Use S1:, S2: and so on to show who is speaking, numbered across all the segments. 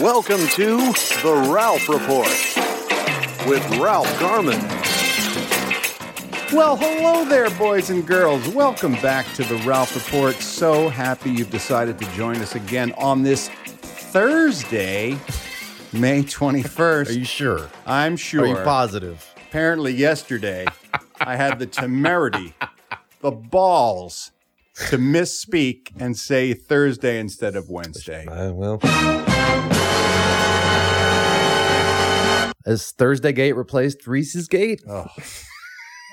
S1: Welcome to The Ralph Report with Ralph Garman.
S2: Well, hello there, boys and girls. Welcome back to the Ralph Report. So happy you've decided to join us again on this Thursday, May 21st.
S3: Are you sure?
S2: I'm sure.
S3: Are you positive?
S2: Apparently, yesterday, I had the temerity, the balls to misspeak and say Thursday instead of Wednesday.
S3: Uh, well. Has Thursday Gate replaced Reese's Gate?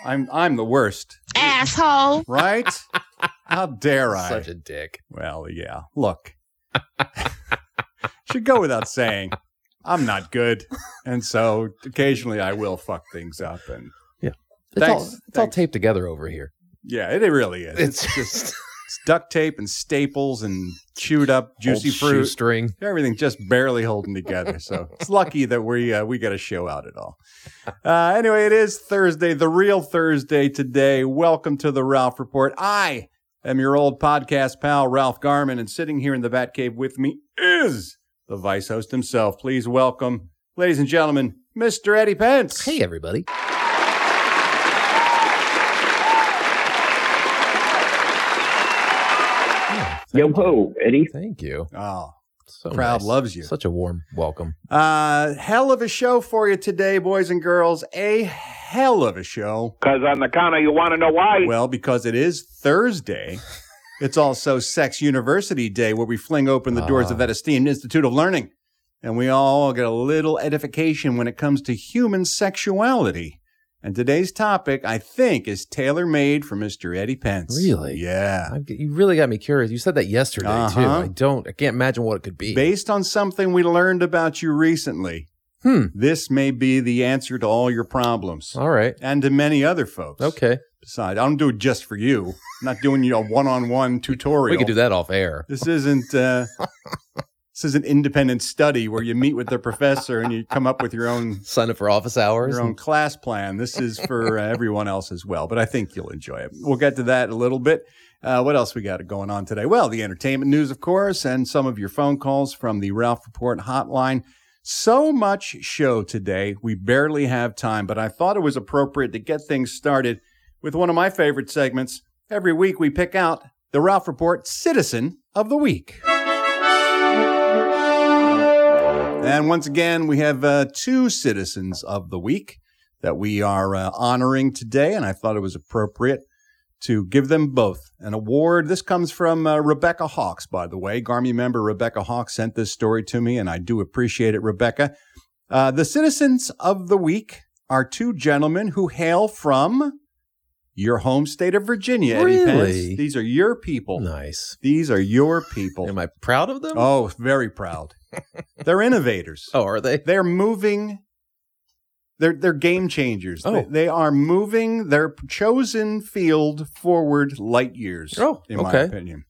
S2: I'm, I'm the worst,
S4: asshole.
S2: right? How dare I?
S3: Such a dick.
S2: Well, yeah. Look, should go without saying, I'm not good, and so occasionally I will fuck things up, and
S3: It's, all,
S2: Thanks,
S3: it's all
S2: thanks.
S3: taped together over here.
S2: yeah, it, it really is. It's,
S3: just
S2: duct tape and staples and chewed up juicy
S3: old
S2: fruit.
S3: shoestring.
S2: Everything just barely holding together. So it's lucky that we uh, we got a show out at all. Uh, anyway, it is Thursday, the real Thursday today. Welcome to the Ralph Report. I am your old podcast pal, Ralph Garman, and sitting here in the Batcave with me is the vice host himself. Please welcome, ladies and gentlemen, Mr. Eddie Pence.
S3: Hey, everybody. Yeah, thank
S5: Yo
S3: you.
S5: ho, Eddie.
S3: Thank you.
S2: Oh,
S3: So
S2: crowd
S3: nice.
S2: loves you.
S3: Such a warm welcome.
S2: Uh, hell of a show for you today, boys and girls. A hell of a show.
S5: Because on the counter, you want to know why?
S2: Well, because it is Thursday. It's also Sex University Day, where we fling open the doors of
S3: Ah.
S2: that esteemed institute of learning, and we all get a little edification when it comes to human sexuality. And today's topic, I think, is tailor made for Mr. Eddie Pence.
S3: Really?
S2: Yeah.
S3: I, you really got me curious. You said that yesterday too.
S2: Uh-huh.
S3: I don't. I can't imagine what it could be.
S2: Based on something we learned about you recently,
S3: Hmm.
S2: this may be the answer to all your problems
S3: All right.
S2: and to many other folks.
S3: Okay.
S2: Besides, I don't do it just for you. I'm not doing you a one on one tutorial.
S3: We could do that off air.
S2: This isn't uh, this is an independent study where you meet with the professor and you come up with your own
S3: Sign up for office hours.
S2: your own class plan. This is for uh, everyone else as well, but I think you'll enjoy it. We'll get to that in a little bit. Uh, what else we got going on today? Well, the entertainment news, of course, and some of your phone calls from the Ralph Report hotline. So much show today. We barely have time, but I thought it was appropriate to get things started with one of my favorite segments. Every week we pick out the Ralph Report Citizen of the Week. And once again, we have uh, two citizens of the week that we are uh, honoring today, and I thought it was appropriate to give them both an award. This comes from uh, Rebecca Hawks, by the way. Garmy member Rebecca Hawks sent this story to me, and I do appreciate it, Rebecca. Uh, the citizens of the week are two gentlemen who hail from your home state of Virginia. Eddie Pence.
S3: Really?
S2: These are your people.
S3: Nice.
S2: These are your people.
S3: Am I proud of them?
S2: Oh, very proud. they're innovators.
S3: Oh, are they?
S2: They're moving. They're they're game changers. They,
S3: Oh.
S2: they are moving their chosen field forward light years.
S3: Oh,
S2: in my
S3: okay.
S2: opinion,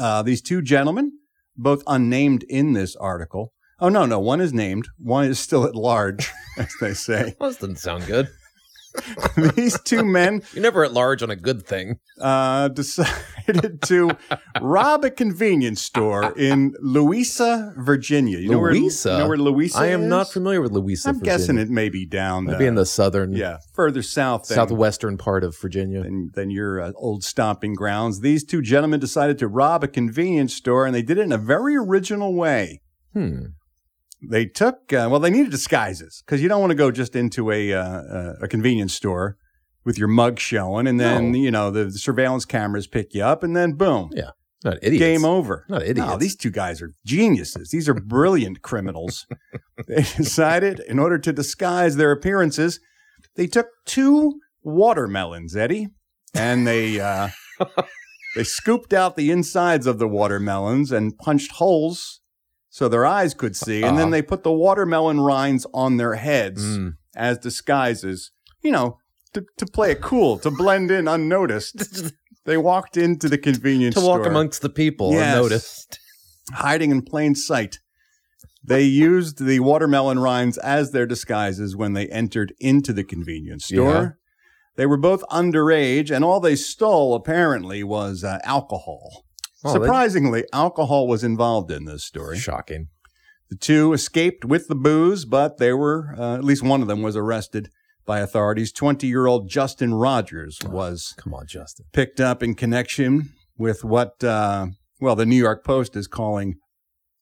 S2: uh, these two gentlemen, both unnamed in this article. Oh no, no, one is named. One is still at large, as they say.
S3: Well, this doesn't sound good.
S2: these two men
S3: You're never at large on a good thing.
S2: uh, decided to rob a convenience store in Louisa, Virginia. You know where-
S3: Louisa?
S2: you know where Louisa?
S3: I am not
S2: is?
S3: familiar with Louisa.
S2: I'm guessing
S3: Virginia.
S2: it may be down
S3: Might be in the southern,
S2: yeah further south than,
S3: southwestern part of Virginia.
S2: than, than your uh, old stomping grounds. These two gentlemen decided to rob a convenience store, and they did it in a very original way.
S3: Hmm.
S2: They took uh, well, they needed disguises because you don't want to go just into a uh, uh, a convenience store with your mug showing, and then
S3: No.
S2: you know the, the surveillance cameras pick you up, and then boom,
S3: Not idiots.
S2: game over.
S3: Not idiots.
S2: No, these two guys are geniuses. These are brilliant criminals. They decided, in order to disguise their appearances, they took two watermelons, Eddie, and they uh, they scooped out the insides of the watermelons and punched holes so their eyes could see. And then
S3: Uh-huh.
S2: they put the watermelon rinds on their heads
S3: Mm.
S2: as disguises, you know, to, to play it cool, to blend in unnoticed. they walked into the convenience
S3: To walk
S2: store,
S3: amongst the people
S2: Yes.
S3: unnoticed.
S2: hiding in plain sight. They used the watermelon rinds as their disguises when they entered into the convenience store.
S3: Yeah.
S2: They were both underage, and all they stole apparently was uh, alcohol.
S3: Oh, that's
S2: Surprisingly, alcohol was involved in this story.
S3: Shocking.
S2: The two escaped with the booze, but they were, uh, at least one of them was arrested by authorities. 20 year old Justin Rogers was
S3: Come on, Justin.
S2: picked up in connection with what, uh, well, the New York Post is calling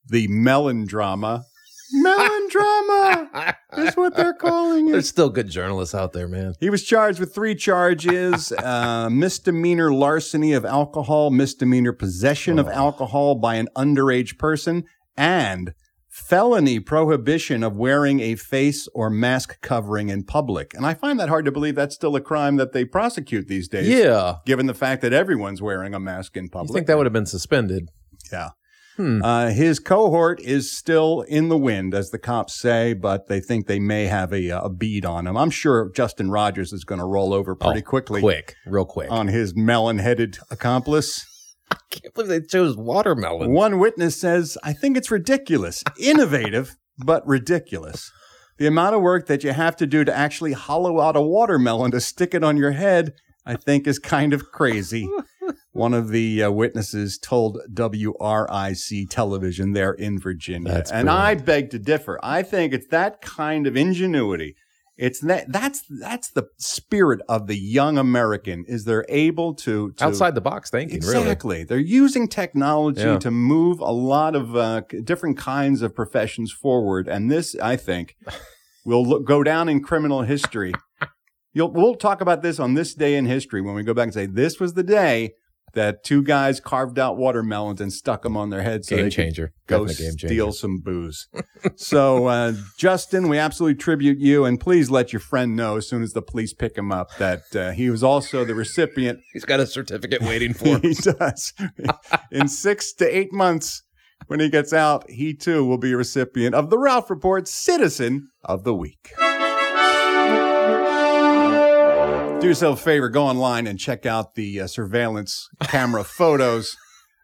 S2: the melon drama. Melon drama is what they're calling
S3: There's
S2: it.
S3: still good journalists out there, man.
S2: He was charged with three charges uh, misdemeanor larceny of alcohol, misdemeanor possession of
S3: Oh.
S2: alcohol by an underage person, and felony prohibition of wearing a face or mask covering in public. And I find that hard to believe that's still a crime that they prosecute these days
S3: Yeah.
S2: given the fact that everyone's wearing a mask in
S3: You
S2: public.
S3: think that would have been suspended?
S2: Yeah.
S3: Hmm.
S2: uh, his cohort is still in the wind, as the cops say, but they think they may have a, uh, a bead on him. I'm sure Justin Rogers is going to roll over pretty
S3: Oh,
S2: quickly
S3: Quick, real quick.
S2: on his melon headed accomplice.
S3: I can't believe they chose watermelon.
S2: One witness says, I think it's ridiculous, innovative, but ridiculous. The amount of work that you have to do to actually hollow out a watermelon to stick it on your head, I think, is kind of crazy. One of the uh, witnesses told WRIC television there in Virginia.
S3: That's
S2: and I beg to differ. I think it's that kind of ingenuity. It's that that's that's the spirit of the young American is they're able to, to
S3: Outside the box thinking, really.
S2: Exactly. They're using technology
S3: Yeah.
S2: to move a lot of uh, c- different kinds of professions forward. And this, I think, will look, go down in criminal history. You'll, we'll talk about this on this day in history when we go back and say this was the day that two guys carved out watermelons and stuck them on their heads so
S3: Game
S2: they could
S3: changer.
S2: go
S3: Definite game changer.
S2: steal some booze. so, uh, Justin, we absolutely tribute you, and please let your friend know as soon as the police pick him up that uh, he was also the recipient
S3: He's got a certificate waiting for him.
S2: he does. In six to eight months, when he gets out, he too will be a recipient of the Ralph Report Citizen of the Week. Do yourself a favor, go online and check out the uh, surveillance camera photos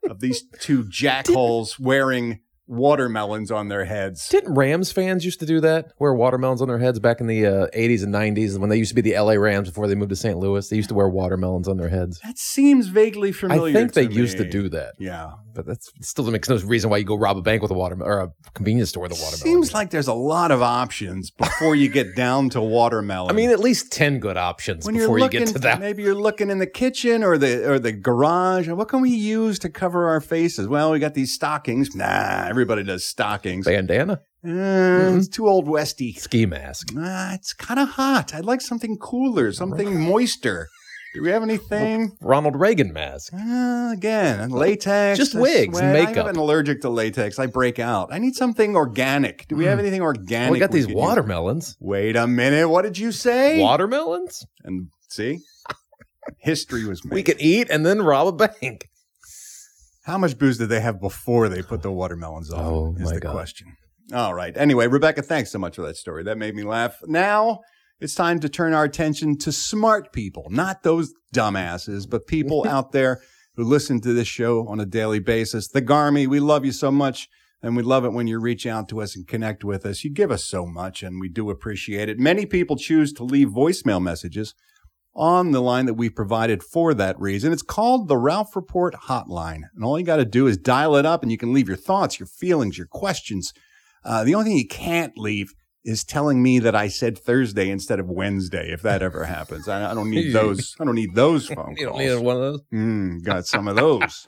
S2: of these two jackholes wearing watermelons on their heads.
S3: Didn't Rams fans used to do that? Wear watermelons on their heads back in the uh, 80s and 90s when they used to be the LA Rams before they moved to St. Louis. They used to wear watermelons on their heads.
S2: That seems vaguely familiar.
S3: I think
S2: to
S3: they used to
S2: me.
S3: do that,
S2: Yeah.
S3: but that still makes no reason why you go rob a bank with a watermelon or a convenience store with a watermelon.
S2: Seems like there's a lot of options before you get down to watermelon.
S3: I mean, at least 10 good options
S2: when you're
S3: before you
S2: looking,
S3: get to that.
S2: maybe you're looking in the kitchen or the or the garage. What can we use to cover our faces? Well, we got these stockings. Nah, everybody does stockings.
S3: Bandana,
S2: Uh, It's
S3: Mm-hmm.
S2: too old westy.
S3: ski mask.
S2: Uh, it's kind of hot. I'd like something cooler, something moister. Do we have anything?
S3: Ronald Reagan mask.
S2: Uh, again, latex.
S3: Just
S2: I
S3: wigs and
S2: sweat.
S3: makeup.
S2: I am allergic to latex. I break out. I need something organic. Do we have anything organic?
S3: Mm. Well, we got these
S2: could use?
S3: watermelons.
S2: Wait a minute. What did you say?
S3: Watermelons?
S2: And see, history was made.
S3: We can eat and then rob a bank.
S2: How much booze did they have before they put the watermelons on?
S3: Oh,
S2: is
S3: my
S2: the
S3: God.
S2: question. All right. Anyway, Rebecca, thanks so much for that story. That made me laugh. Now it's time to turn our attention to smart people, not those dumbasses, but people out there who listen to this show on a daily basis. The Garmy, we love you so much. And we love it when you reach out to us and connect with us. You give us so much, and we do appreciate it. Many people choose to leave voicemail messages on the line that we provided for that reason. It's called the Ralph Report Hotline. And all you got to do is dial it up and you can leave your thoughts, your feelings, your questions. Uh, the only thing you can't leave is telling me that I said Thursday instead of Wednesday, if that ever happens. I, I don't need those. I don't need those phone
S3: You don't
S2: calls.
S3: need one of those.
S2: Mm, got some of those.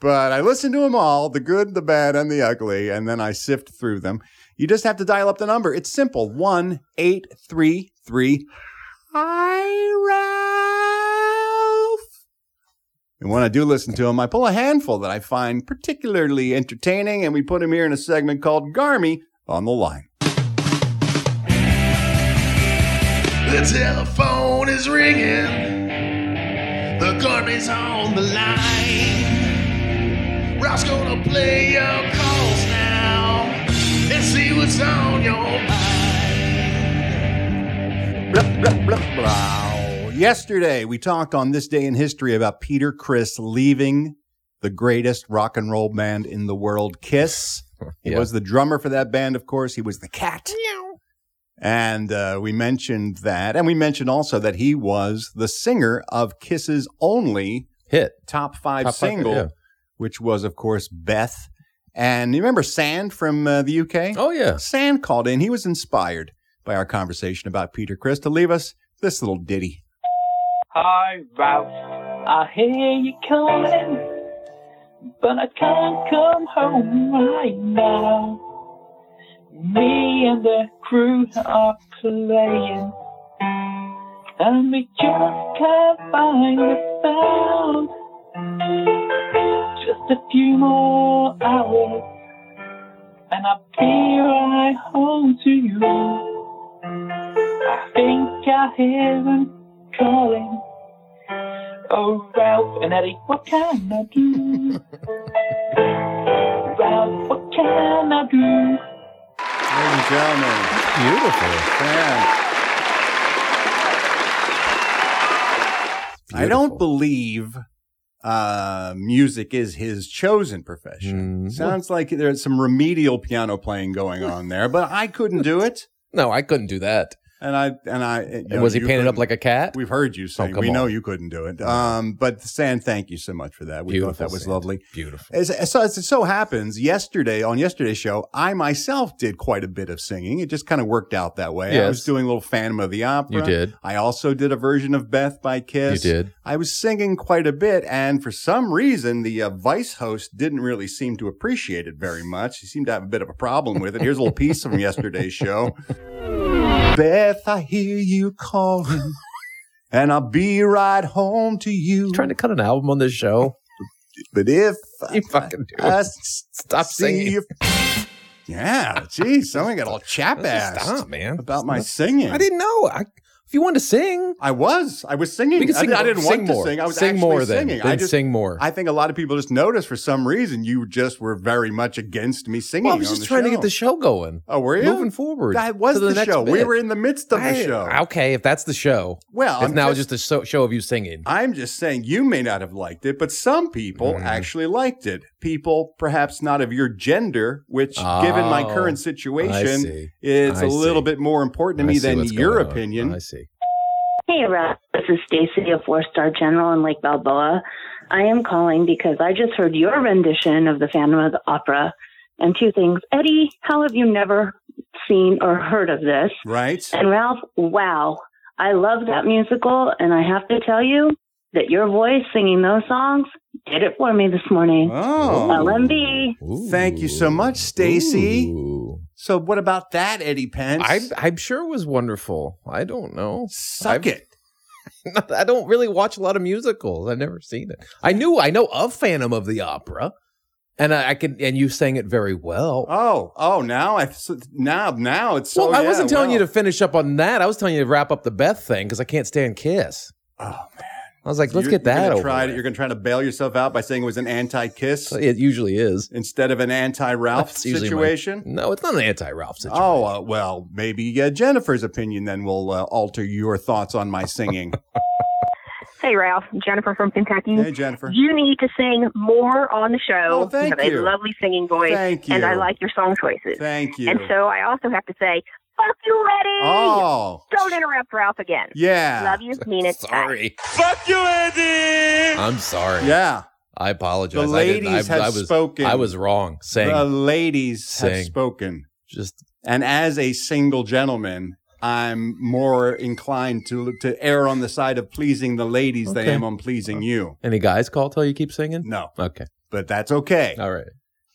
S2: but I listened to them all the good, the bad, and the ugly, and then I sift through them. You just have to dial up the number. It's simple 1 833 Hi, Ralph. And when I do listen to them, I pull a handful that I find particularly entertaining, and we put them here in a segment called Garmy on the Line.
S4: The telephone is ringing. The garbage on the line. Ralph's gonna play your calls now. see what's on your mind.
S2: Wow. Yesterday, we talked on this day in history about Peter Chris leaving the greatest rock and roll band in the world, Kiss. He
S3: Yeah.
S2: was the drummer for that band, of course. He was the cat. And uh, we mentioned that. And we mentioned also that he was the singer of Kiss's only
S3: Hit.
S2: top five
S3: Top five,
S2: single,
S3: yeah.
S2: which was, of course, Beth. And you remember Sand from uh, the UK?
S3: Oh yeah.
S2: Sand called in. He was inspired by our conversation about Peter Chris to leave us this little ditty.
S5: Hi, Ralph.
S6: I hear you calling, but I can't come home right now. Me and the crew are playing, and we just can't find the sound. Just a few more hours, and I'll be right home to you. I think I hear them calling. Oh, Ralph and Eddie, what can I do? Ralph, what can I do?
S2: Ladies and gentlemen,
S3: Beautiful.
S2: Sand. I don't
S3: Beautiful.
S2: believe uh, music is his chosen profession.
S3: Mm.
S2: Sounds like there's some remedial piano playing going on there, but I couldn't do it.
S3: No, I couldn't do that.
S2: And I and I you know,
S3: And was he
S2: you
S3: painted up
S2: couldn't-
S3: like a cat?
S2: We've heard you say
S3: Oh, come
S2: we know
S3: on.
S2: you couldn't do it. Um, but Sand, thank you so much for that. We thought
S3: Beautiful,
S2: that was
S3: Sand.
S2: lovely.
S3: Beautiful.
S2: As, as, as it so happens, yesterday on yesterday's show, I myself did quite a bit of singing. It just kind of worked out that way. I
S3: Yes.
S2: was doing a little Phantom of the Opera.
S3: You did.
S2: I also did a version of Beth by
S3: You
S2: Kiss.
S3: did.
S2: I was singing quite a bit, and for some reason, the uh, vice host didn't really seem to appreciate it very much. He seemed to have a bit of a problem with it. Here's a little piece from yesterday's show Beth, I hear you calling, and I'll be right home to you.
S3: Trying to cut an album on this show.
S2: but if
S3: You fucking do.
S2: I
S3: it.
S2: s-
S3: Stop
S2: See
S3: singing.
S2: you. Yeah, geez, someone got all chap assed
S3: Stop, man.
S2: about my singing.
S3: I didn't know. I, if you wanted to sing,
S2: I was. I was singing.
S3: we could
S2: I,
S3: sing.
S2: did- I didn't
S3: sing
S2: want
S3: more.
S2: to sing. I was
S3: sing
S2: actually
S3: more then.
S2: singing.
S3: Then
S2: I just.
S3: sing more.
S2: I think a lot of people just noticed for some reason you just were very much against me singing.
S3: well, I was
S2: on
S3: just
S2: the
S3: trying
S2: show.
S3: to get the show going.
S2: Oh, were you?
S3: Moving forward.
S2: that was
S3: to
S2: the,
S3: next
S2: show. We
S3: bit.
S2: were in the midst of the
S3: I-
S2: show.
S3: Okay, if that's the show,
S2: well,
S3: it's
S2: I'm
S3: now
S2: just,
S3: just, a so- show of you singing.
S2: I'm just saying you may not have liked it, but some people
S3: Mm.
S2: actually liked it. People perhaps not of your gender, which, given my
S3: Oh,
S2: current
S3: I
S2: situation,
S3: see.
S2: It's a
S3: I
S2: little
S3: see.
S2: bit more important to
S3: I
S2: me
S3: see
S2: than
S3: what's
S2: your
S3: going on.
S2: opinion.
S3: I see.
S7: Hey, Russ. This is Stacy, a four star general in Lake Balboa. I am calling because I just heard your rendition of the Phantom of the Opera. And two things. Eddie, how have you never seen or heard of this?
S2: Right?
S7: And Ralph, wow. I love that musical. And I have to tell you that your voice singing those songs did it for me this morning.
S2: Oh.
S3: Well,
S7: LMB.
S3: Ooh.
S2: Thank you so much, Stacy.
S3: Ooh.
S2: So what about that, Eddie Pence?
S3: I'm, I'm sure it was wonderful. I don't know.
S2: Suck
S3: I've-
S2: it.
S3: I don't really watch a lot of musicals. I've never seen it. I knew I know of Phantom of the Opera, and I, I can. And you sang it very well.
S2: Oh, oh, now I so- now now it's so
S3: well, I
S2: yeah,
S3: wasn't telling
S2: well.
S3: you to finish up on that. I was telling you to wrap up the Beth thing because I can't stand Kiss.
S2: Oh, man.
S3: I was like, let's
S2: You're-
S3: get
S2: you're
S3: that
S2: gonna
S3: over.
S2: Try,
S3: with.
S2: you're going to try to bail yourself out by saying it was an anti-kiss
S3: So it usually is.
S2: instead of an anti-Ralph
S3: That's usually my-
S2: situation.
S3: No, it's not an anti-Ralph situation.
S2: Oh uh, well, maybe uh, Jennifer's opinion then will uh, alter your thoughts on my singing.
S8: Hey, Ralph. Jennifer from Kentucky.
S2: hey, Jennifer.
S8: You need to sing more on the show.
S2: Oh, thank
S8: have
S2: you.
S8: a lovely singing voice,
S2: Thank you.
S8: and I like your song choices.
S2: Thank you.
S8: And so I also have to say, fuck you, Eddie!
S2: oh,
S8: Don't interrupt Ralph again.
S2: yeah,
S8: Love you. Mean it. Bye.
S3: sorry.
S1: Fuck you, Eddie!
S3: I'm sorry.
S2: yeah.
S3: I apologize.
S2: The
S3: I didn't-
S2: ladies
S3: I,
S2: have
S3: I was,
S2: spoken.
S3: I was wrong. Saying
S2: The ladies have
S3: Sing.
S2: spoken.
S3: just
S2: And as a single gentleman, I'm more inclined to to err on the side of pleasing the ladies than I
S3: Okay. Uh,
S2: am on pleasing you.
S3: any guys call till you keep singing.
S2: No,
S3: Okay.
S2: but that's okay.
S3: All right.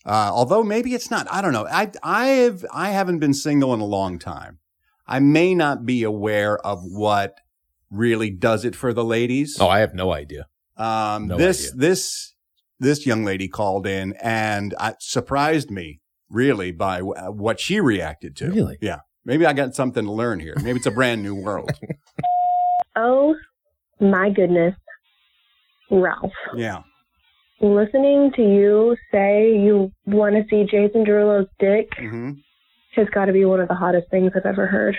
S2: Uh, although maybe it's not. I don't know. I I've I haven't been single in a long time. I may not be aware of what really does it for the ladies.
S3: Oh, I have no idea.
S2: Um,
S3: No
S2: this
S3: idea.
S2: this this young lady called in and I, surprised me really by w- uh, what she reacted to.
S3: Really?
S2: Yeah. Maybe I got something to learn here. Maybe it's a brand new world.
S9: Oh my goodness. Ralph,
S2: yeah.
S9: listening to you say you want to see Jason Derulo's dick
S2: hmm
S9: has got to be one of the hottest things I've ever heard.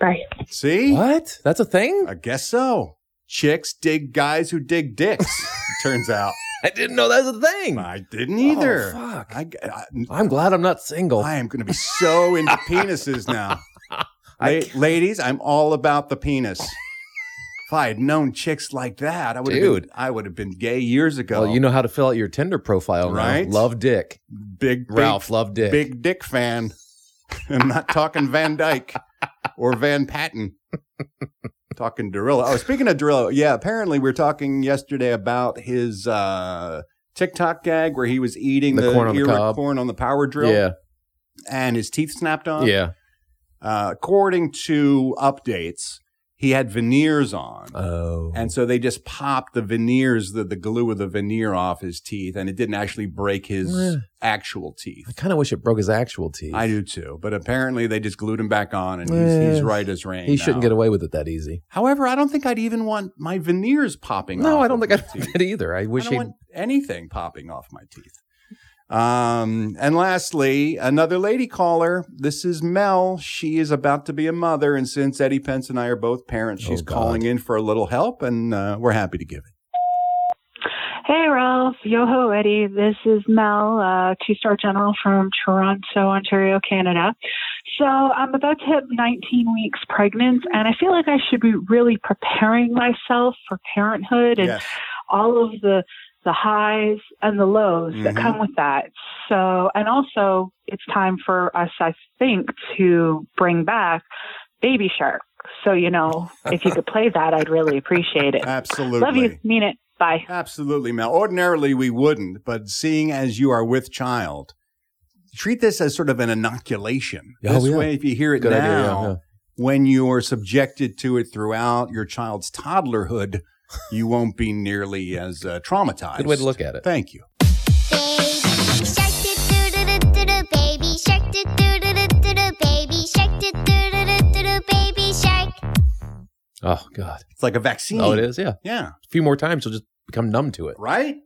S9: Bye.
S2: See?
S3: What? That's a thing?
S2: I guess so. Chicks dig guys who dig dicks, it turns out.
S3: I didn't know that was a thing.
S2: I didn't either.
S3: Oh, fuck.
S2: I, I,
S3: I'm glad I'm not single.
S2: I am going to be so into penises now. La- ladies, I'm all about the penis. If I had known chicks like that, I would have
S3: Dude.
S2: been, I would have been gay years ago.
S3: well, you know how to fill out your Tinder profile, now.
S2: Right?
S3: Love Dick.
S2: big, big
S3: Ralph, love Dick.
S2: big dick fan. I'm not talking Van Dyke or Van Patten. talking Derillo. Oh, speaking of Derillo, yeah, apparently we were talking yesterday about his uh, TikTok gag where he was eating
S3: The
S2: the,
S3: corn on the
S2: ear-
S3: cob.
S2: corn on the power drill
S3: Yeah.
S2: and his teeth snapped on.
S3: Yeah.
S2: Uh, according to updates, he had veneers on.
S3: Oh.
S2: And so they just popped the veneers, the, the glue of the veneer off his teeth, and it didn't actually break his
S3: Yeah.
S2: actual teeth.
S3: I kind of wish it broke his actual teeth.
S2: I do too. But apparently they just glued him back on and
S3: Yeah.
S2: he's, he's right as rain.
S3: he shouldn't
S2: now.
S3: get away with it that easy.
S2: However, I don't think I'd even want my veneers popping off.
S3: No, I don't
S2: of
S3: think I
S2: my
S3: did
S2: teeth.
S3: that either. I wish
S2: I
S3: he
S2: don't want anything popping off my teeth. Um, and lastly, another lady caller. This is Mel. She is about to be a mother, and since Eddie Pence and I are both parents, she's
S3: Oh, God.
S2: calling in for a little help, and uh, we're happy to give it.
S10: Hey, Ralph. Yo ho, Eddie. This is Mel, uh, two star general from Toronto, Ontario, Canada. So I'm about to hit 19 weeks pregnant, and I feel like I should be really preparing myself for parenthood and
S2: Yes.
S10: all of the the highs and the lows that
S2: Mhm.
S10: come with that. So, and also it's time for us, I think, to bring back Baby Shark. So, you know, if you could play that, I'd really appreciate it.
S2: Absolutely.
S10: Love you. Mean it. Bye.
S2: Absolutely, Mel. Ordinarily, we wouldn't, but seeing as you are with child, treat this as sort of an inoculation.
S3: Oh,
S2: this
S3: yeah.
S2: way, if you hear it
S3: Good idea, yeah,
S2: now,
S3: yeah.
S2: when you are subjected to it throughout your child's toddlerhood, you won't be nearly as uh, traumatized.
S3: Good way to look at it.
S2: Thank you.
S3: Oh God.
S2: It's like a vaccine.
S3: Oh, it is. Yeah.
S2: Yeah.
S3: A few more times, you'll just become numb to it.
S2: Right?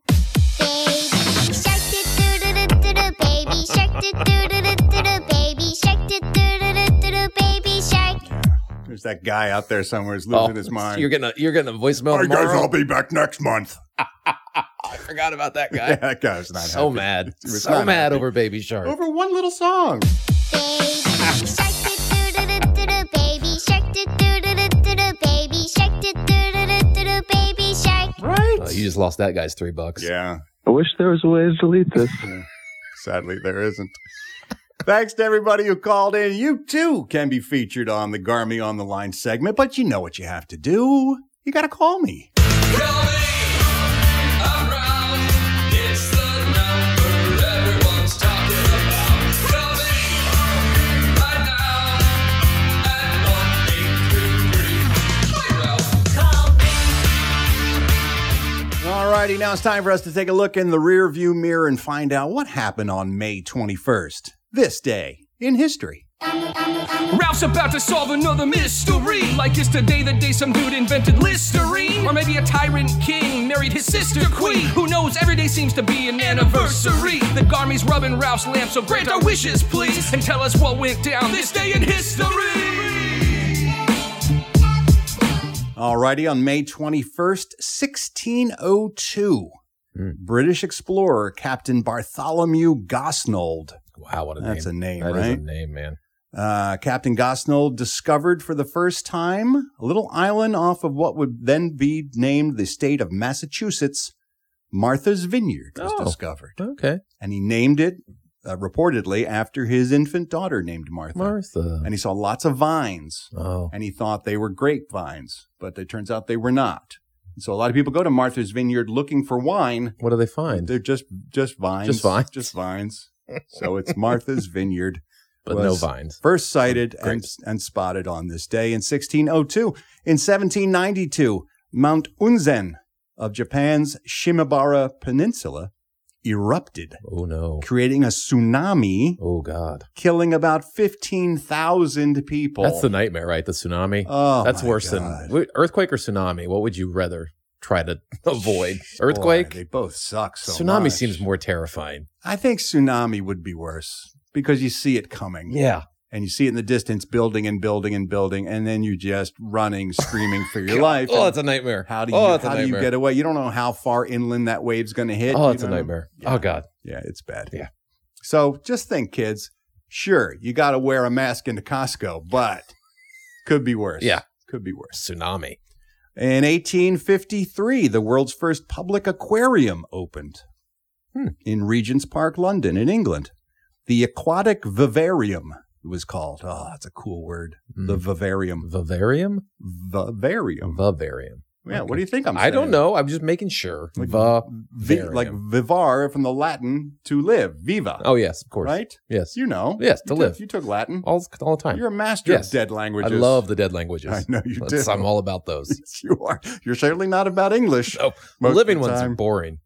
S2: There's that guy out there somewhere who's losing
S3: Oh,
S2: his mind.
S3: You're gonna you're getting a voicemail
S2: All right, guys,
S3: tomorrow.
S2: I'll be back next month.
S3: I forgot about that
S2: Yeah,
S3: guy.
S2: that guy's not
S3: so
S2: happy.
S3: mad.
S2: He was
S3: So
S2: not
S3: mad
S2: happy.
S3: over Baby Shark.
S2: Over one little song. Right?
S3: Oh, you just lost that guy's three bucks.
S2: yeah.
S11: I wish there was a way to delete this.
S2: Sadly, there isn't. Thanks to everybody who called in. You too can be featured on the Garmy on the Line segment, but you know what you have to do. You got to call me. Alrighty, now it's time for us to take a look in the rearview mirror and find out what happened on May 21st, this day in history.
S4: Ralph's about to solve another mystery. Like it's today the day some dude invented Listerine. Or maybe a tyrant king married his sister queen. Who knows, every day seems to be an anniversary. The Garmy's rubbing Ralph's lamp, so grant our wishes, please. And tell us what went down this day in history.
S2: Alrighty, on May 21st, 1602,
S3: Hmm.
S2: British explorer Captain Bartholomew Gosnold.
S3: Wow, what a
S2: That's
S3: name.
S2: a name,
S3: That is
S2: right?
S3: a name, man.
S2: Uh, Captain Gosnold discovered for the first time a little island off of what would then be named the state of Massachusetts. Martha's Vineyard was
S3: Oh.
S2: discovered,
S3: Okay,
S2: and he named it uh, reportedly after his infant daughter named Martha.
S3: Martha.
S2: And he saw lots of vines,
S3: Oh,
S2: and he thought they were grapevines, but it turns out they were not. So a lot of people go to Martha's Vineyard looking for wine.
S3: what do they find?
S2: They're just just vines,
S3: Just vines.
S2: just vines. so it's Martha's Vineyard
S3: But no
S2: was-
S3: vines.
S2: first sighted and,
S3: Grapes.
S2: and spotted on this day in 1602. In 1792, Mount Unzen of Japan's Shimabara Peninsula erupted,
S3: Oh no.
S2: creating a tsunami,
S3: Oh God.
S2: killing about 15,000 people.
S3: That's the nightmare, right? The tsunami.
S2: Oh,
S3: That's
S2: my
S3: worse
S2: God.
S3: than earthquake or tsunami. What would you rather try to avoid?
S2: Boy,
S3: Earthquake.
S2: they both suck so
S3: tsunami
S2: much.
S3: seems more terrifying.
S2: I think tsunami would be worse because you see it coming.
S3: Yeah.
S2: and you see it in the distance building and building and building, and then you just running, screaming for your life.
S3: Oh,
S2: And
S3: it's a nightmare.
S2: how do you
S3: oh, it's a
S2: how do you
S3: nightmare.
S2: get away? You don't know how far inland that wave's going to hit.
S3: Oh,
S2: You
S3: it's a
S2: don't know.
S3: nightmare. Oh God.
S2: Yeah, it's bad.
S3: Yeah.
S2: So just think, kids. Sure, you got to wear a mask into Costco, but could be worse.
S3: Yeah.
S2: could be worse.
S3: Tsunami.
S2: In 1853, the world's first public aquarium opened
S3: Hmm.
S2: in Regent's Park, London, in England. The Aquatic Vivarium it was called. Oh, that's a cool word.
S3: Hmm.
S2: The Vivarium.
S3: Vivarium?
S2: Vivarium.
S3: Vivarium.
S2: Yeah, what do you think I'm
S3: I don't
S2: saying?
S3: know. I'm just making sure.
S2: Like, Vi-
S3: Vivarium.
S2: like vivar from the Latin to live, viva.
S3: oh yes, of course.
S2: Right?
S3: Yes.
S2: You know.
S3: Yes,
S2: You
S3: to
S2: took-
S3: live.
S2: You took Latin.
S3: all, all the time.
S2: You're a master
S3: Yes.
S2: of dead languages.
S3: I love the dead languages.
S2: I know you
S3: That's-
S2: do.
S3: I'm all about those.
S2: you are. You're certainly not about English.
S3: No,
S2: most of
S3: living
S2: the
S3: ones
S2: time.
S3: are boring.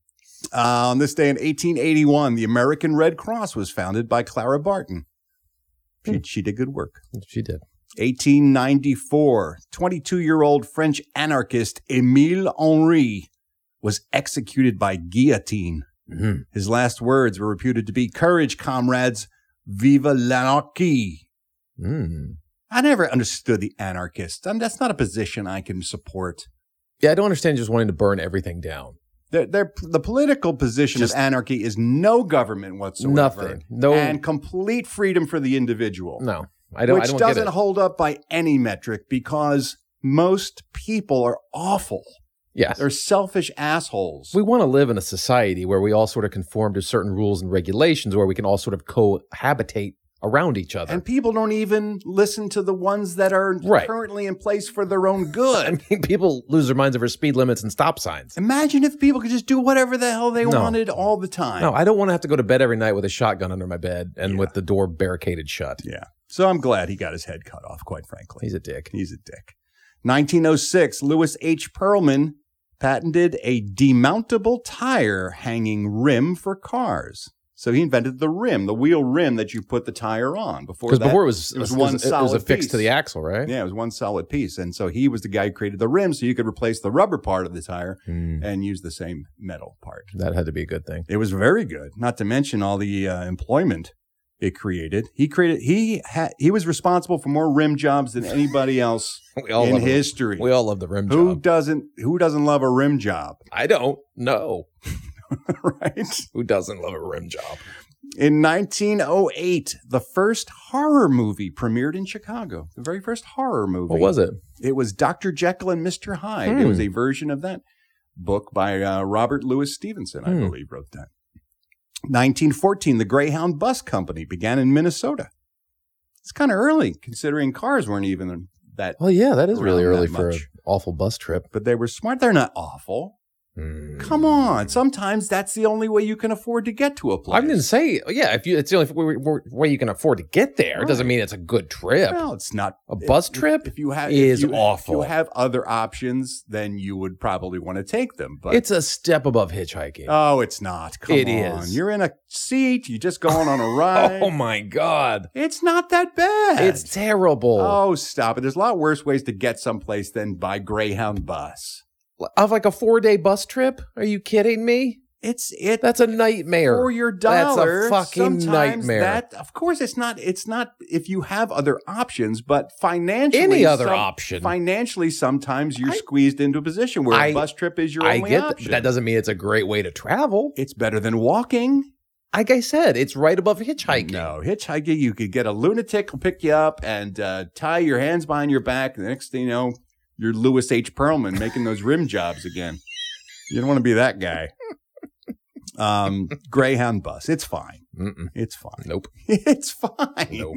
S2: Uh, on this day in 1881, the American Red Cross was founded by Clara Barton.
S3: Hmm.
S2: She, she did good work.
S3: She did.
S2: 1894, 22 year old French anarchist Emile Henri was executed by guillotine.
S3: Mhm.
S2: His last words were reputed to be Courage, comrades, vive l'anarchie.
S3: Mm.
S2: I never understood the anarchists. Um, that's not a position I can support.
S3: Yeah, I don't understand just wanting to burn everything down.
S2: They're, they're, the political position
S3: Just-
S2: of anarchy is no government whatsoever.
S3: Nothing. No.
S2: and complete freedom for the individual,
S3: no. I don't.
S2: which
S3: I don't
S2: doesn't
S3: get it.
S2: hold up by any metric because most people are awful.
S3: yes.
S2: They're selfish assholes.
S3: We want to live in a society where we all sort of conform to certain rules and regulations, where we can all sort of cohabitate around each other.
S2: and people don't even listen to the ones that are
S3: Right.
S2: currently in place for their own good.
S3: I mean, people lose their minds over speed limits and stop signs.
S2: Imagine if people could just do whatever the hell they
S3: No.
S2: wanted all the time.
S3: No, I don't want to have to go to bed every night with a shotgun under my bed and with the door barricaded shut.
S2: yeah. So I'm glad he got his head cut off, quite frankly.
S3: He's a dick.
S2: He's a dick. 1906, Lewis H. Perlman patented a demountable tire hanging rim for cars. So he invented the rim, the wheel rim that you put the tire on. Before
S3: Because
S2: that,
S3: before it was
S2: it was one
S3: it was
S2: solid
S3: affixed to
S2: piece.
S3: the axle, right?
S2: yeah, it was one solid piece, and so he was the guy who created the rim, so you could replace the rubber part of the tire
S3: Hmm.
S2: and use the same metal part.
S3: That had to be a good thing.
S2: It was very good, not to mention all the uh, employment it created. He created he had he was responsible for more rim jobs than anybody else
S3: We all
S2: in
S3: love
S2: history.
S3: The, we all love the rim
S2: Who
S3: job.
S2: doesn't who doesn't love a rim job,
S3: I don't know
S2: right?
S3: who doesn't love a rim job.
S2: In 1908, the first horror movie premiered in Chicago. The very first horror movie.
S3: What was it?
S2: It was Dr. Jekyll and Mr. Hyde. It
S3: Hmm.
S2: was a version of that book by uh, Robert Louis Stevenson, I
S3: Hmm.
S2: believe, wrote that. 1914, the Greyhound Bus Company began in Minnesota. It's kind of early considering cars weren't even that,
S3: Well, yeah, that is really
S2: Around that
S3: early for an
S2: much.
S3: awful bus trip.
S2: but they were smart. They're not awful.
S3: Hmm.
S2: Come on. Sometimes that's the only way you can afford to get to a place.
S3: I didn't say, yeah, if you, it's the only way- way- way you can afford to get there. It doesn't mean it's a good trip.
S2: Well, it's not
S3: A bus
S2: if-
S3: trip
S2: If you have,
S3: is
S2: if you,
S3: awful.
S2: If you have other options, then you would probably want to take them. But
S3: it's a step above hitchhiking.
S2: oh, it's not. Come
S3: It
S2: on,
S3: is.
S2: you're in a seat. You're just going on a ride.
S3: oh my God.
S2: It's not that bad.
S3: It's terrible.
S2: oh, stop it. There's a lot worse ways to get someplace than by Greyhound bus.
S3: Of like a four day bus trip? Are you kidding me?
S2: It's it
S3: That's a nightmare.
S2: for your dollar.
S3: That's a fucking
S2: sometimes
S3: nightmare.
S2: That of course it's not. It's not if you have other options, but financially,
S3: Any other option.
S2: Financially, sometimes you're squeezed into a position where a
S3: I-
S2: bus trip is your
S3: I
S2: only
S3: get that.
S2: option.
S3: That doesn't mean it's a great way to travel.
S2: it's better than walking.
S3: Like I said, it's right above hitchhiking.
S2: No, hitchhiking, you could get a lunatic will pick you up and uh, tie your hands behind your back. The next thing you know, you're Lewis H. Perlman making those rim jobs again. You don't want to be that guy. Um, Greyhound bus, it's fine.
S3: Mm-mm.
S2: It's fine.
S3: Nope.
S2: It's fine.
S3: Nope.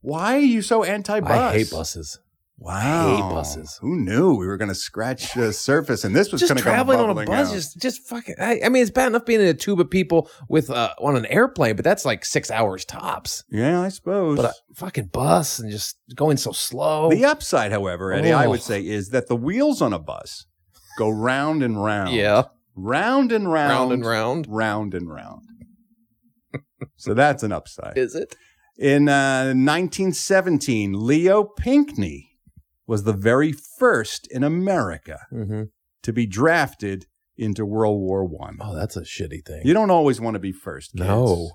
S2: Why are you so anti-bus?
S3: I hate buses.
S2: Wow.
S3: hate buses.
S2: Who knew we were going to scratch the surface and this was
S3: just
S2: going to
S3: traveling
S2: come
S3: on a
S2: bubbling
S3: bus,
S2: out.
S3: just just fucking. I, I mean, it's bad enough being in a tube of people with uh, on an airplane, but that's like six hours tops.
S2: Yeah, I suppose.
S3: But a fucking bus and just going so slow.
S2: The upside, however, Eddie, I
S3: Oh.
S2: would say is that the wheels on a bus go round and round.
S3: yeah,
S2: Round and round.
S3: round and round.
S2: Round and round. so that's an upside.
S3: Is it?
S2: In uh, 1917, Leo Pinckney was the very first in America
S3: Mm-hmm.
S2: to be drafted into World War One.
S3: Oh, that's a shitty thing.
S2: You don't always want to be first. Kids.
S3: no,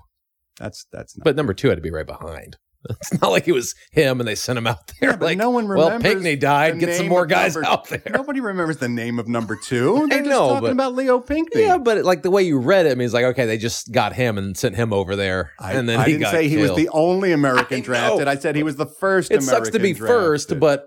S2: That's that's not.
S3: but number two had to be right behind. It's not like it was him and they sent him out there. like no one Well,
S2: remembers
S3: Pinkney died.
S2: the
S3: Get some
S2: name
S3: more
S2: of
S3: guys
S2: number-
S3: out there.
S2: Nobody remembers the name of number two. They're
S3: I
S2: just
S3: know,
S2: talking
S3: but-
S2: about Leo Pinkney.
S3: Yeah, but it, like the way you read it, I mean, it's like okay, they just got him and sent him over there, and then
S2: I
S3: he
S2: didn't
S3: got
S2: say he was
S3: killed.
S2: the only American drafted. I said he was the first.
S3: It sucks to
S2: American
S3: be
S2: drafted.
S3: first, but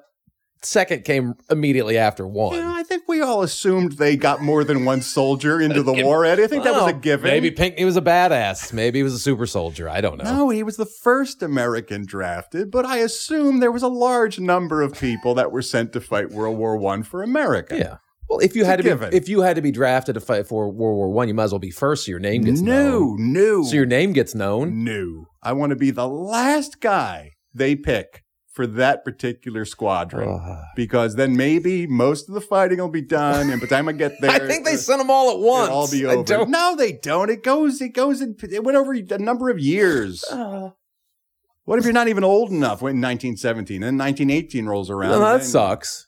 S3: second came immediately after one.
S2: You know, I think we all assumed they got more than one soldier into the war. Eddie, I think that was a
S3: Well,
S2: given.
S3: Maybe Pinkney was a badass. Maybe he was a super soldier. I don't know.
S2: No, he was the first American drafted, but I assume there was a large number of people that were sent to fight World War One for America.
S3: Yeah. Well, if you had to
S2: given.
S3: be, if you had to be drafted to fight for World War One, you might as well be first. So your name gets
S2: no,
S3: known.
S2: no,
S3: So your name gets known.
S2: no. I want to be the last guy they pick for that particular squadron because then maybe most of the fighting will be done, and by the time I get there,
S3: I think they sent them all at once.
S2: It'll all be
S3: I
S2: over.
S3: don't-
S2: No, they don't. It goes. It goes. In, it went over a number of years. what if you're not even old enough? When 1917, then 1918 rolls around.
S3: No, that
S2: then-
S3: sucks.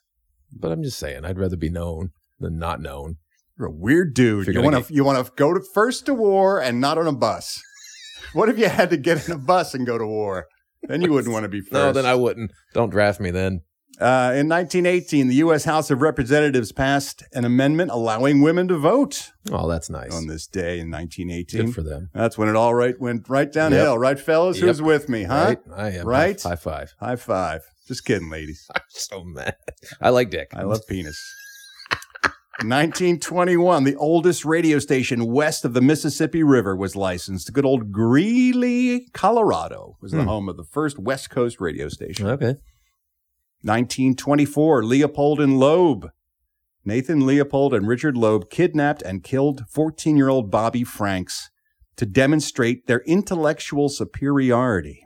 S3: But I'm just saying, I'd rather be known than not known.
S2: You're a weird dude. You want to. You want to go to first to war and not on a bus. what if you had to get in a bus and go to war? Then you wouldn't want to be first.
S3: No, then I wouldn't. Don't draft me then.
S2: Uh, in 1918, the U.S. House of Representatives passed an amendment allowing women to vote.
S3: Oh, that's nice.
S2: On this day in 1918,
S3: Good for them.
S2: That's when it all right went right downhill,
S3: Yep.
S2: right, fellas? Who's
S3: Yep.
S2: with me, huh?
S3: Right? I am.
S2: Right?
S3: High five.
S2: High five. Just kidding, ladies.
S3: I'm so mad. I like dick.
S2: I love penis. 1921, the oldest radio station west of the Mississippi River was licensed. Good old Greeley, Colorado was the
S3: Hmm.
S2: home of the first West Coast radio station.
S3: Okay.
S2: 1924, Leopold and Loeb. Nathan Leopold and Richard Loeb kidnapped and killed 14 year old Bobby Franks to demonstrate their intellectual superiority.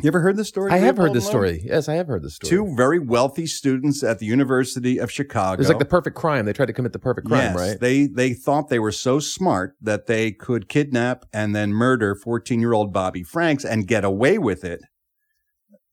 S2: You ever heard this story?
S3: I have
S2: Leopold
S3: heard this
S2: and Loeb?
S3: story. Yes, I have heard this story.
S2: Two very wealthy students at the University of
S3: It
S2: Chicago.
S3: was like the perfect crime. They tried to commit the perfect crime,
S2: Yes,
S3: right?
S2: They they thought they were so smart that they could kidnap and then murder 14-year-old Bobby Franks and get away with it,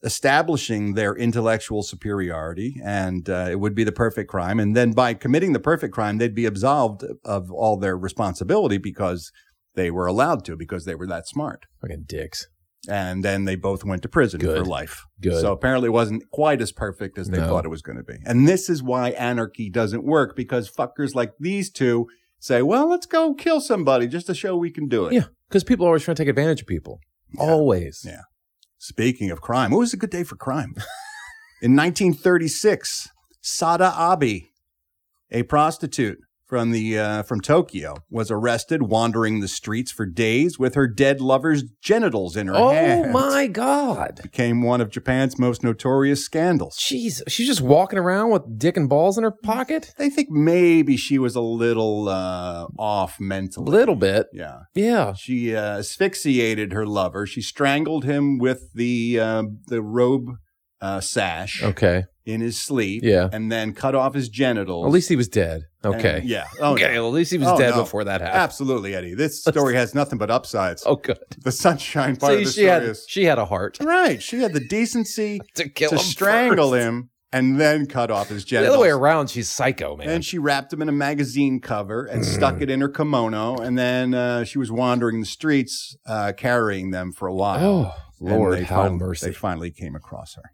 S2: establishing their intellectual superiority and uh, it would be the perfect crime and then by committing the perfect crime they'd be absolved of all their responsibility because they were allowed to because they were that smart.
S3: Fucking dicks.
S2: And then they both went to prison for
S3: Good.
S2: life.
S3: Good.
S2: So apparently it wasn't quite as perfect as they
S3: No.
S2: thought it was going to be. And this is why anarchy doesn't work because fuckers like these two say, well, let's go kill somebody just to show we can do it.
S3: Yeah, because people are always trying to take advantage of people. Always.
S2: Yeah. Speaking of crime, it was a good day for crime. In 1936, Sada Abe, a prostitute from the uh, from Tokyo, was arrested wandering the streets for days with her dead lover's genitals in her
S3: Oh
S2: hand.
S3: my God.
S2: Became one of Japan's most notorious scandals.
S3: Jeez. She's just walking around with dick and balls in her pocket?
S2: They think maybe she was a little uh, off mentally.
S3: Little bit.
S2: Yeah.
S3: Yeah.
S2: She uh, asphyxiated her lover. She strangled him with the uh, the robe uh, sash
S3: Okay.
S2: in his sleeve.
S3: Yeah.
S2: And then cut off his genitals.
S3: At least he was dead.
S2: And-
S3: Okay.
S2: yeah. Oh,
S3: okay.
S2: no.
S3: Well, at least he was
S2: Oh,
S3: dead
S2: no.
S3: before that happened.
S2: Absolutely, Eddie. This story has nothing but upsides.
S3: Oh, good.
S2: The sunshine part
S3: See,
S2: of the
S3: she
S2: story
S3: had
S2: is
S3: she had a heart
S2: right. She had the decency
S3: to kill
S2: to
S3: him.
S2: strangle
S3: first.
S2: him and then cut off his
S3: The
S2: genitals.
S3: other way around, she's psycho, man.
S2: And she wrapped him in a magazine cover and
S3: Mm.
S2: stuck it in her kimono. And then uh, she was wandering the streets uh, carrying them for a while.
S3: Oh, Lord,
S2: and
S3: how
S2: fin-
S3: mercy.
S2: They finally came across her.